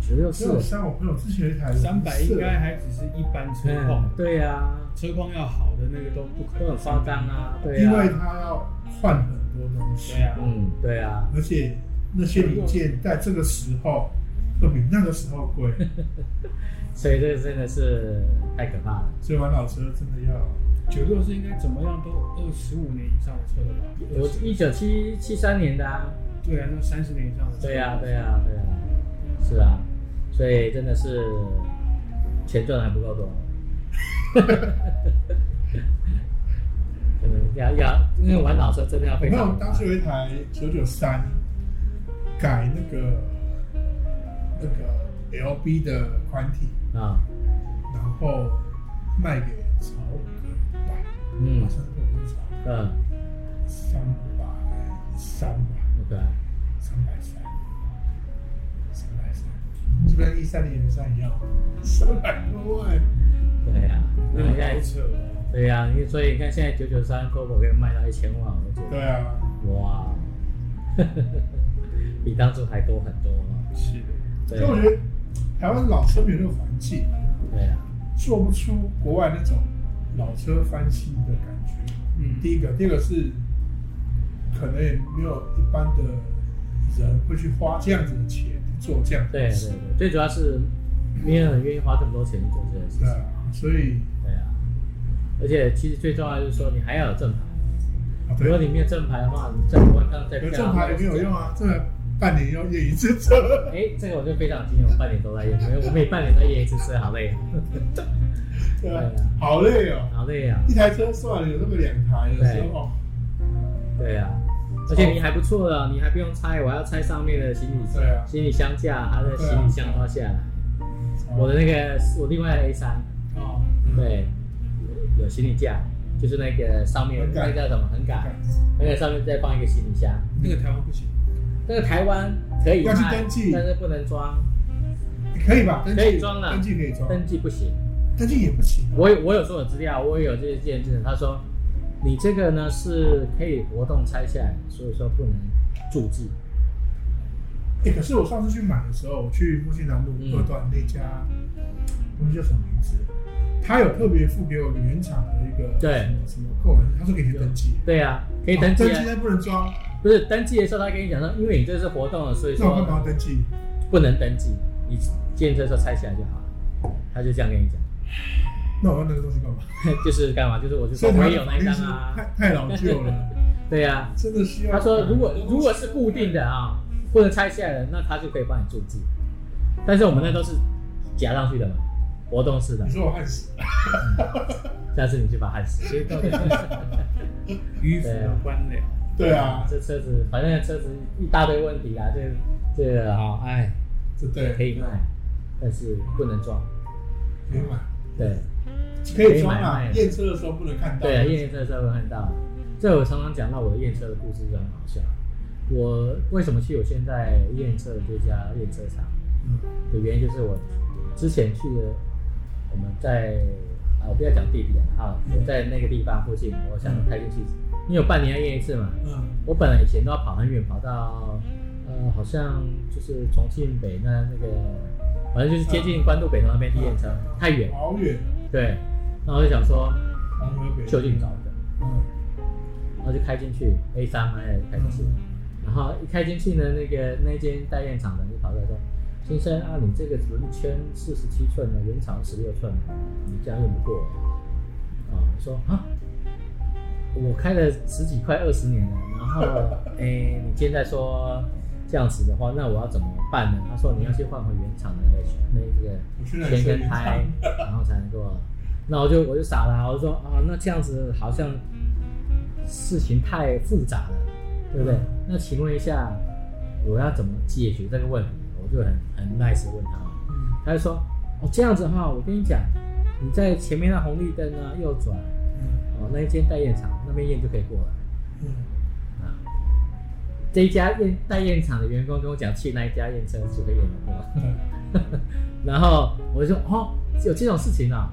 [SPEAKER 1] 九六
[SPEAKER 3] 只有
[SPEAKER 1] 四，
[SPEAKER 3] 像我朋友之前有一台
[SPEAKER 4] 三百
[SPEAKER 3] 啊
[SPEAKER 4] 应该还只是一般车况，
[SPEAKER 1] 嗯，对啊，
[SPEAKER 4] 车况要好的那个都不可能，
[SPEAKER 1] 都很夸张啊，对
[SPEAKER 3] 因为
[SPEAKER 1] 啊，
[SPEAKER 3] 它要换很多东西，
[SPEAKER 4] 对啊，
[SPEAKER 1] 嗯，对啊，
[SPEAKER 3] 而且那些零件在这个时候都比那个时候贵，
[SPEAKER 1] 所以这个真的是太可怕了。
[SPEAKER 3] 所以玩老车真的要
[SPEAKER 4] 九六是应该怎么样都二十五年以上的车了吧？
[SPEAKER 1] 我一九七七三年的啊，
[SPEAKER 4] 对啊，那三十年以上的车。
[SPEAKER 1] 对啊，对啊，对啊，是啊，所以真的是钱赚的还不够多， 真的要要，因为玩老车真的要
[SPEAKER 3] 我
[SPEAKER 1] 非
[SPEAKER 3] 朋友
[SPEAKER 1] 常
[SPEAKER 3] 当时有一台九九三，改那个那个 LB 的宽体，
[SPEAKER 1] 啊，
[SPEAKER 3] 然后卖给曹格百，
[SPEAKER 1] 嗯
[SPEAKER 3] 好像是我们曹
[SPEAKER 1] 嗯，
[SPEAKER 3] 三百三吧，
[SPEAKER 1] 对啊，
[SPEAKER 3] 三百三，三百三，就跟一三年三一样，三百多万，
[SPEAKER 1] 对呀、
[SPEAKER 4] 那
[SPEAKER 1] 那
[SPEAKER 4] 个
[SPEAKER 1] 你
[SPEAKER 4] 好
[SPEAKER 1] 看，
[SPEAKER 4] 扯哦。
[SPEAKER 1] 对呀、你所以你看现在九九三 Coco 可以卖到一千万，我觉
[SPEAKER 3] 对
[SPEAKER 1] 得
[SPEAKER 3] 啊，
[SPEAKER 1] 哇， 比当初还多很多，
[SPEAKER 4] 是的，
[SPEAKER 1] 对
[SPEAKER 3] 所以我觉得台湾老车没有那个环境，
[SPEAKER 1] 对呀、
[SPEAKER 3] 做不出国外那种老车翻新的感觉。
[SPEAKER 4] 嗯，
[SPEAKER 3] 第一个，第二个是可能也没有一般的人会去花这样子的钱做这样
[SPEAKER 1] 对
[SPEAKER 3] 的
[SPEAKER 1] 对
[SPEAKER 3] 事，
[SPEAKER 1] 对，最主要是没有人愿意花这么多钱去做这件事情
[SPEAKER 3] 对。啊，所以
[SPEAKER 1] 对啊，而且其实最重要就是说，你还要有正牌。
[SPEAKER 3] 啊
[SPEAKER 1] 如果
[SPEAKER 3] 对，
[SPEAKER 1] 你没有正牌的话，你在国外上再
[SPEAKER 3] 有
[SPEAKER 1] 漂
[SPEAKER 3] 正
[SPEAKER 1] 亮
[SPEAKER 3] 牌也没有 用啊，这半年要验一次车，
[SPEAKER 1] 哎，这个我就非常惊讶，我半年都在验，没有，我每半年都验一次车，好累啊，
[SPEAKER 3] 对
[SPEAKER 1] 对
[SPEAKER 3] 啊
[SPEAKER 1] 啊，
[SPEAKER 3] 好累哦，
[SPEAKER 1] 好累啊，
[SPEAKER 3] 一台车算了，有那么两台的时候，
[SPEAKER 1] 对啊，而且你还不错啊了，你还不用拆，我还要拆上面的行李箱，
[SPEAKER 3] 对啊
[SPEAKER 1] 行李箱架，还有行李箱都要下来。
[SPEAKER 3] 嗯
[SPEAKER 1] 我的那嗯个，我另外的 A 三，
[SPEAKER 3] 啊
[SPEAKER 4] 哦，
[SPEAKER 1] 对，有行李架，就是那个上面
[SPEAKER 3] 横
[SPEAKER 1] 那
[SPEAKER 3] 杆
[SPEAKER 1] 个叫什么横杆，
[SPEAKER 3] 对
[SPEAKER 1] 那个上面再放一个行李箱。
[SPEAKER 4] 那个台湾不行，
[SPEAKER 1] 那个台湾可以
[SPEAKER 3] 要去
[SPEAKER 1] 卖
[SPEAKER 3] 登记
[SPEAKER 1] 但是不能装，
[SPEAKER 3] 可以吧？登记
[SPEAKER 1] 可以装啊嗯啦
[SPEAKER 3] 登记可以装，
[SPEAKER 1] 登记不行。
[SPEAKER 3] 登记也不行，
[SPEAKER 1] 我有我有所有资料，我也有这些见证。他说，你这个呢是可以活动拆下来，所以说不能注记。
[SPEAKER 3] 哎，可是我上次去买的时候，我去复兴南路
[SPEAKER 1] 嗯
[SPEAKER 3] 二段那家，我们叫什么名字？他有特别付给我原厂的一个
[SPEAKER 1] 对
[SPEAKER 3] 什么什么扣门，他说给你登记，
[SPEAKER 1] 对啊，可以登记
[SPEAKER 3] 哦登记
[SPEAKER 1] 啊。
[SPEAKER 3] 但不能装，
[SPEAKER 1] 不是登记的时候，他跟你讲说，因为你这是活动了，所以
[SPEAKER 3] 那我干嘛要
[SPEAKER 1] 说
[SPEAKER 3] 登记？
[SPEAKER 1] 不能登记，你见车的时候拆起来就好了。他就这样跟你讲，
[SPEAKER 3] 那我要那个东西干嘛？
[SPEAKER 1] 就是干嘛？就是我就说
[SPEAKER 3] 所以
[SPEAKER 1] 我
[SPEAKER 3] 他
[SPEAKER 1] 也有那
[SPEAKER 3] 的法
[SPEAKER 1] 一
[SPEAKER 3] 律
[SPEAKER 1] 张
[SPEAKER 3] 是
[SPEAKER 1] 啊。
[SPEAKER 3] 太太老旧了，
[SPEAKER 1] 对啊，
[SPEAKER 3] 真的需要。
[SPEAKER 1] 他说如果如果是固定的啊，不能拆下来的，那他就可以帮你注记。但是我们那都是夹上去的嘛，活动式的
[SPEAKER 3] 你，说我害死了，
[SPEAKER 1] 嗯下次你去把它焊死。
[SPEAKER 4] 所以到底是迂腐的官僚。
[SPEAKER 3] 对啊，
[SPEAKER 1] 这车子反正车子一大堆问题啦，这这个啊，哎，
[SPEAKER 3] 这对
[SPEAKER 1] 可以卖，但是不能装。
[SPEAKER 3] 可以买，
[SPEAKER 1] 对
[SPEAKER 3] 可以装
[SPEAKER 1] 可以买
[SPEAKER 3] 啊
[SPEAKER 1] 卖。
[SPEAKER 3] 验车的时候不能看到。
[SPEAKER 1] 对啊，验车车会很大。这我常常讲到我的验车的故事就很好笑。我为什么去我现在验车的这家验车厂？
[SPEAKER 3] 嗯
[SPEAKER 1] 的原因就是我之前去的，我们在啊，我不要讲地点了啊，我在那个地方附近，我想开进去，因为我半年要验一次嘛。
[SPEAKER 3] 嗯
[SPEAKER 1] 我本来以前都要跑很远，跑到呃，好像就是重庆北那那个，反正就是接近关渡北头那边去验车，太远。
[SPEAKER 3] 好远，
[SPEAKER 1] 对，那我就想说
[SPEAKER 3] 黄河北。
[SPEAKER 1] 就近找一个，
[SPEAKER 3] 嗯
[SPEAKER 1] 然后就开进去 A 三嘛，哎开进去。然后一开进去呢，那个那间代验厂的就跑过来说：“先生啊，你这个轮圈四十七寸的，原厂十六寸，你这样用不过。”啊，我说啊，我开了十几快二十年了，然后 诶，你现在说这样子的话，那我要怎么办呢？他说你要去换回原厂的那个
[SPEAKER 3] 我去
[SPEAKER 1] 那
[SPEAKER 3] 哪
[SPEAKER 1] 个圈
[SPEAKER 3] 里修
[SPEAKER 1] 跟
[SPEAKER 3] 原厂
[SPEAKER 1] 胎，然后才能够。那我就我就傻了，我就说啊，那这样子好像事情太复杂了，对不
[SPEAKER 3] 嗯
[SPEAKER 1] 对？那请问一下，我要怎么解决这个问题？我就很很 nice 地问他，
[SPEAKER 3] 嗯
[SPEAKER 1] 他就说哦这样子的话，我跟你讲，你在前面那红绿灯呢右转，
[SPEAKER 3] 嗯
[SPEAKER 1] 哦那一间代验厂那边验就可以过了。
[SPEAKER 3] 嗯，
[SPEAKER 1] 啊，这一家验代验厂的员工跟我讲，去那一家验车就可以验得过。 然后我就说哦，有这种事情啊。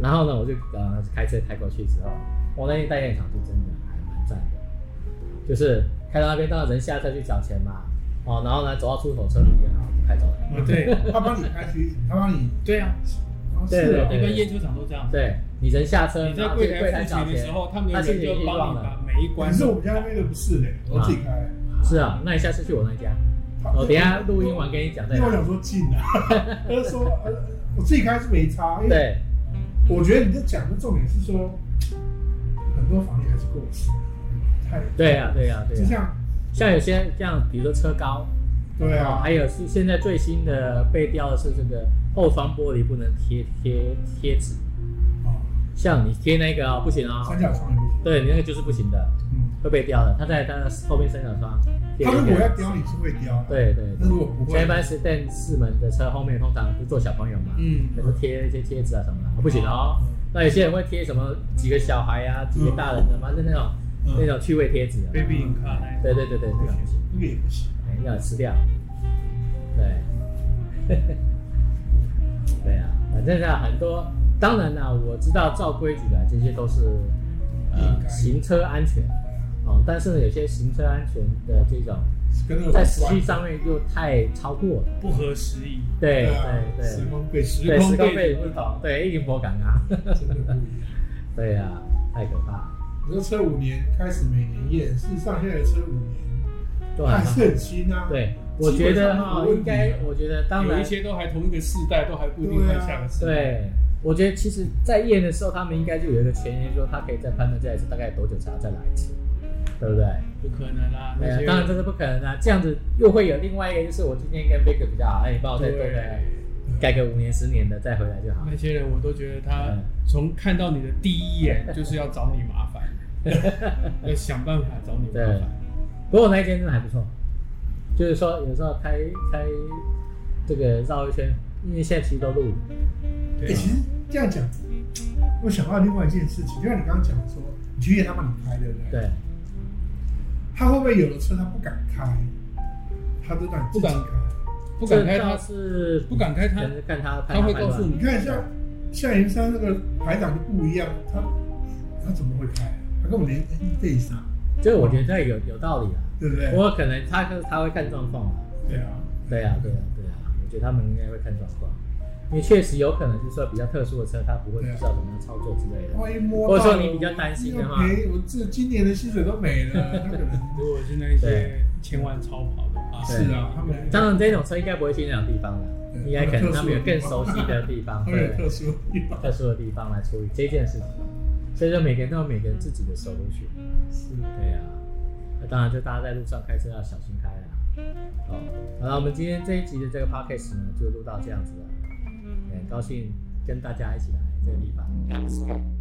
[SPEAKER 1] 然后呢，我就呃开车开过去之后，我那代验厂就真的还蛮赞的，就是开到那边，当然人下车去找钱嘛。哦，然后呢，走到出口车里面，然后就开走了。
[SPEAKER 4] 啊对
[SPEAKER 3] 他帮你开区，他帮你，
[SPEAKER 4] 对啊，
[SPEAKER 3] 然后
[SPEAKER 1] 对
[SPEAKER 3] 是啊
[SPEAKER 4] 一般验车厂都这样。
[SPEAKER 1] 对你人下车，
[SPEAKER 4] 你在
[SPEAKER 1] 然后
[SPEAKER 4] 柜
[SPEAKER 1] 去
[SPEAKER 4] 台付
[SPEAKER 1] 找
[SPEAKER 4] 钱的
[SPEAKER 1] 钱
[SPEAKER 4] 时候，他们
[SPEAKER 1] 他
[SPEAKER 4] 的
[SPEAKER 1] 心
[SPEAKER 4] 人
[SPEAKER 1] 里
[SPEAKER 4] 就
[SPEAKER 1] 已经
[SPEAKER 4] 帮
[SPEAKER 1] 忘
[SPEAKER 4] 你
[SPEAKER 1] 了。
[SPEAKER 4] 把每一关
[SPEAKER 3] 可是我们家那边的不是嘞，
[SPEAKER 1] 啊
[SPEAKER 3] 我自己开。
[SPEAKER 1] 是啊，那你下次去我那一家，我哦等一下录音完跟你讲在
[SPEAKER 3] 因
[SPEAKER 1] 哪
[SPEAKER 3] 为我想说近 啊，他就说呃我自己开是没差，因为
[SPEAKER 1] 对，
[SPEAKER 3] 我觉得你在讲的重点是说，很多法律还是过时，太
[SPEAKER 1] 对啊，对啊，对
[SPEAKER 3] 就
[SPEAKER 1] 啊。
[SPEAKER 3] 像
[SPEAKER 1] 像有些像比如说车高，
[SPEAKER 3] 对
[SPEAKER 1] 啊
[SPEAKER 3] 啊，
[SPEAKER 1] 还有是现在最新的被标的是这个后方玻璃不能贴贴贴纸，
[SPEAKER 3] 啊，
[SPEAKER 1] 像你贴那个、哦、不行哦
[SPEAKER 3] 三，角窗也不行，
[SPEAKER 1] 对你那个就是不行的，
[SPEAKER 3] 嗯，
[SPEAKER 1] 会被标的。他在他的后面三角窗贴
[SPEAKER 3] 他
[SPEAKER 1] 了
[SPEAKER 3] 如
[SPEAKER 1] 一
[SPEAKER 3] 果要
[SPEAKER 1] 个，
[SPEAKER 3] 雕你是会雕，，
[SPEAKER 1] 对对
[SPEAKER 3] 那
[SPEAKER 1] 对。
[SPEAKER 3] 如果不
[SPEAKER 1] 像一
[SPEAKER 3] 会，
[SPEAKER 1] 般是但四门的车后面通常不坐小朋友嘛，
[SPEAKER 3] 嗯
[SPEAKER 1] 可是贴一些贴纸啊什么的，不行哦。
[SPEAKER 3] 嗯
[SPEAKER 1] 那有些人会贴什么几个小孩啊，几个大人的，反正那种
[SPEAKER 3] 嗯
[SPEAKER 1] 那种趣味贴纸啊。
[SPEAKER 4] baby in car 那一
[SPEAKER 1] 对对对对，那个不行。
[SPEAKER 3] 那个也不行，
[SPEAKER 1] 哎要吃掉。对， 对啊，反正啊，很多，当然啦、我知道照规矩的这些都是
[SPEAKER 3] 应该
[SPEAKER 1] 呃行车安全哦，但是呢，有些行车安全的这种
[SPEAKER 3] 跟那个
[SPEAKER 1] 在实际
[SPEAKER 3] 关
[SPEAKER 1] 上面又太超过了。
[SPEAKER 4] 不合时宜。
[SPEAKER 1] 对
[SPEAKER 3] 对
[SPEAKER 1] 对
[SPEAKER 3] 啊，时
[SPEAKER 1] 对，
[SPEAKER 3] 空被时
[SPEAKER 1] 对
[SPEAKER 4] 空
[SPEAKER 1] 时空
[SPEAKER 4] 背
[SPEAKER 1] 背
[SPEAKER 4] 景
[SPEAKER 1] 景
[SPEAKER 4] 不
[SPEAKER 1] 不
[SPEAKER 4] 同
[SPEAKER 1] 同，对一定不敢啊。
[SPEAKER 3] 真的不 一样。
[SPEAKER 1] 对啊，太可怕了，
[SPEAKER 3] 我说车五年开始每年验，事实上现在的车五年
[SPEAKER 1] 对
[SPEAKER 3] 还
[SPEAKER 1] 啊。
[SPEAKER 3] 是很新啊，
[SPEAKER 1] 对，我觉得哈，应该，我觉得当
[SPEAKER 4] 啊有
[SPEAKER 1] 然
[SPEAKER 4] 一些都还同一个世代，都还不一定
[SPEAKER 3] 对
[SPEAKER 4] 换
[SPEAKER 3] 啊
[SPEAKER 4] 下个世代。
[SPEAKER 1] 对，我觉得其实，在验的时候，他们应该就有一个前言，说他可以再判断这台车大概多久才要再来一次，对不对？
[SPEAKER 4] 不可能啦，
[SPEAKER 1] 哎
[SPEAKER 4] 那
[SPEAKER 1] 呀
[SPEAKER 4] 些
[SPEAKER 1] 当然这是不可能的、啊这样子又会有另外一个，就是我今天跟 Baker 比较好，哎，你帮我再多
[SPEAKER 4] 对
[SPEAKER 1] 再盖个五年、十年的再回来就好。
[SPEAKER 4] 那些人，我都觉得他
[SPEAKER 1] 嗯
[SPEAKER 4] 从看到你的第 一眼就是要找你麻烦，要想办法找你麻
[SPEAKER 1] 对
[SPEAKER 4] 烦。
[SPEAKER 1] 不过那一间真的还不错，就是说有时候开开这个绕一圈，因为现在其实都录影，
[SPEAKER 3] 哎、
[SPEAKER 4] 对啊
[SPEAKER 3] 其实这样讲，我想到另外一件事情，就像你刚刚讲说，你去验他帮你开，对不对？。
[SPEAKER 1] 对，
[SPEAKER 3] 他会不会有的车他不敢开，他都敢自己
[SPEAKER 4] 不敢
[SPEAKER 3] 开？
[SPEAKER 4] 不敢开
[SPEAKER 1] 这
[SPEAKER 4] 他
[SPEAKER 1] 倒，是
[SPEAKER 4] 不敢开他
[SPEAKER 1] 可能是看他
[SPEAKER 4] 他会告诉你
[SPEAKER 3] 你看像像云山那个排长就不一样，他他怎么会开？他根本连 N 对上，
[SPEAKER 1] 这个我觉得有有道理啦。
[SPEAKER 3] 对不对
[SPEAKER 1] 不？过可能他他会看状况啊。
[SPEAKER 3] 对啊，
[SPEAKER 1] 对啊，对啊，对啊，我觉得他们应该会看状况，因为确实有可能就是说比较特殊的车，他不会
[SPEAKER 3] 对
[SPEAKER 1] 知
[SPEAKER 3] 啊
[SPEAKER 1] 道怎么样操作之
[SPEAKER 4] 啊
[SPEAKER 1] 类的。
[SPEAKER 3] 万一摸
[SPEAKER 1] 或
[SPEAKER 3] 到
[SPEAKER 1] 者
[SPEAKER 3] 了，
[SPEAKER 1] 说你比较担心的话
[SPEAKER 3] 要赔我这今年的薪水都没了，他可能
[SPEAKER 4] 如果是那些
[SPEAKER 1] 对
[SPEAKER 4] 千万超跑的话，
[SPEAKER 1] 对
[SPEAKER 3] 是啊，他们
[SPEAKER 1] 当然，这种车应该不会去那种地方了，啊应该可能他们有更熟悉的地
[SPEAKER 4] 哦
[SPEAKER 1] 方，
[SPEAKER 3] 他们有特
[SPEAKER 1] 对，
[SPEAKER 3] 殊的地方
[SPEAKER 1] 特殊的地方来处理这件事情。所以说，每个人都有每个人自己的手路去。
[SPEAKER 3] 是。
[SPEAKER 1] 对呀、那当然就大家在路上开车要小心开啦。哦，好了，我们今天这一集的这个 podcast 哎呢，就录到这样子了。很高兴跟大家一起来这个地方。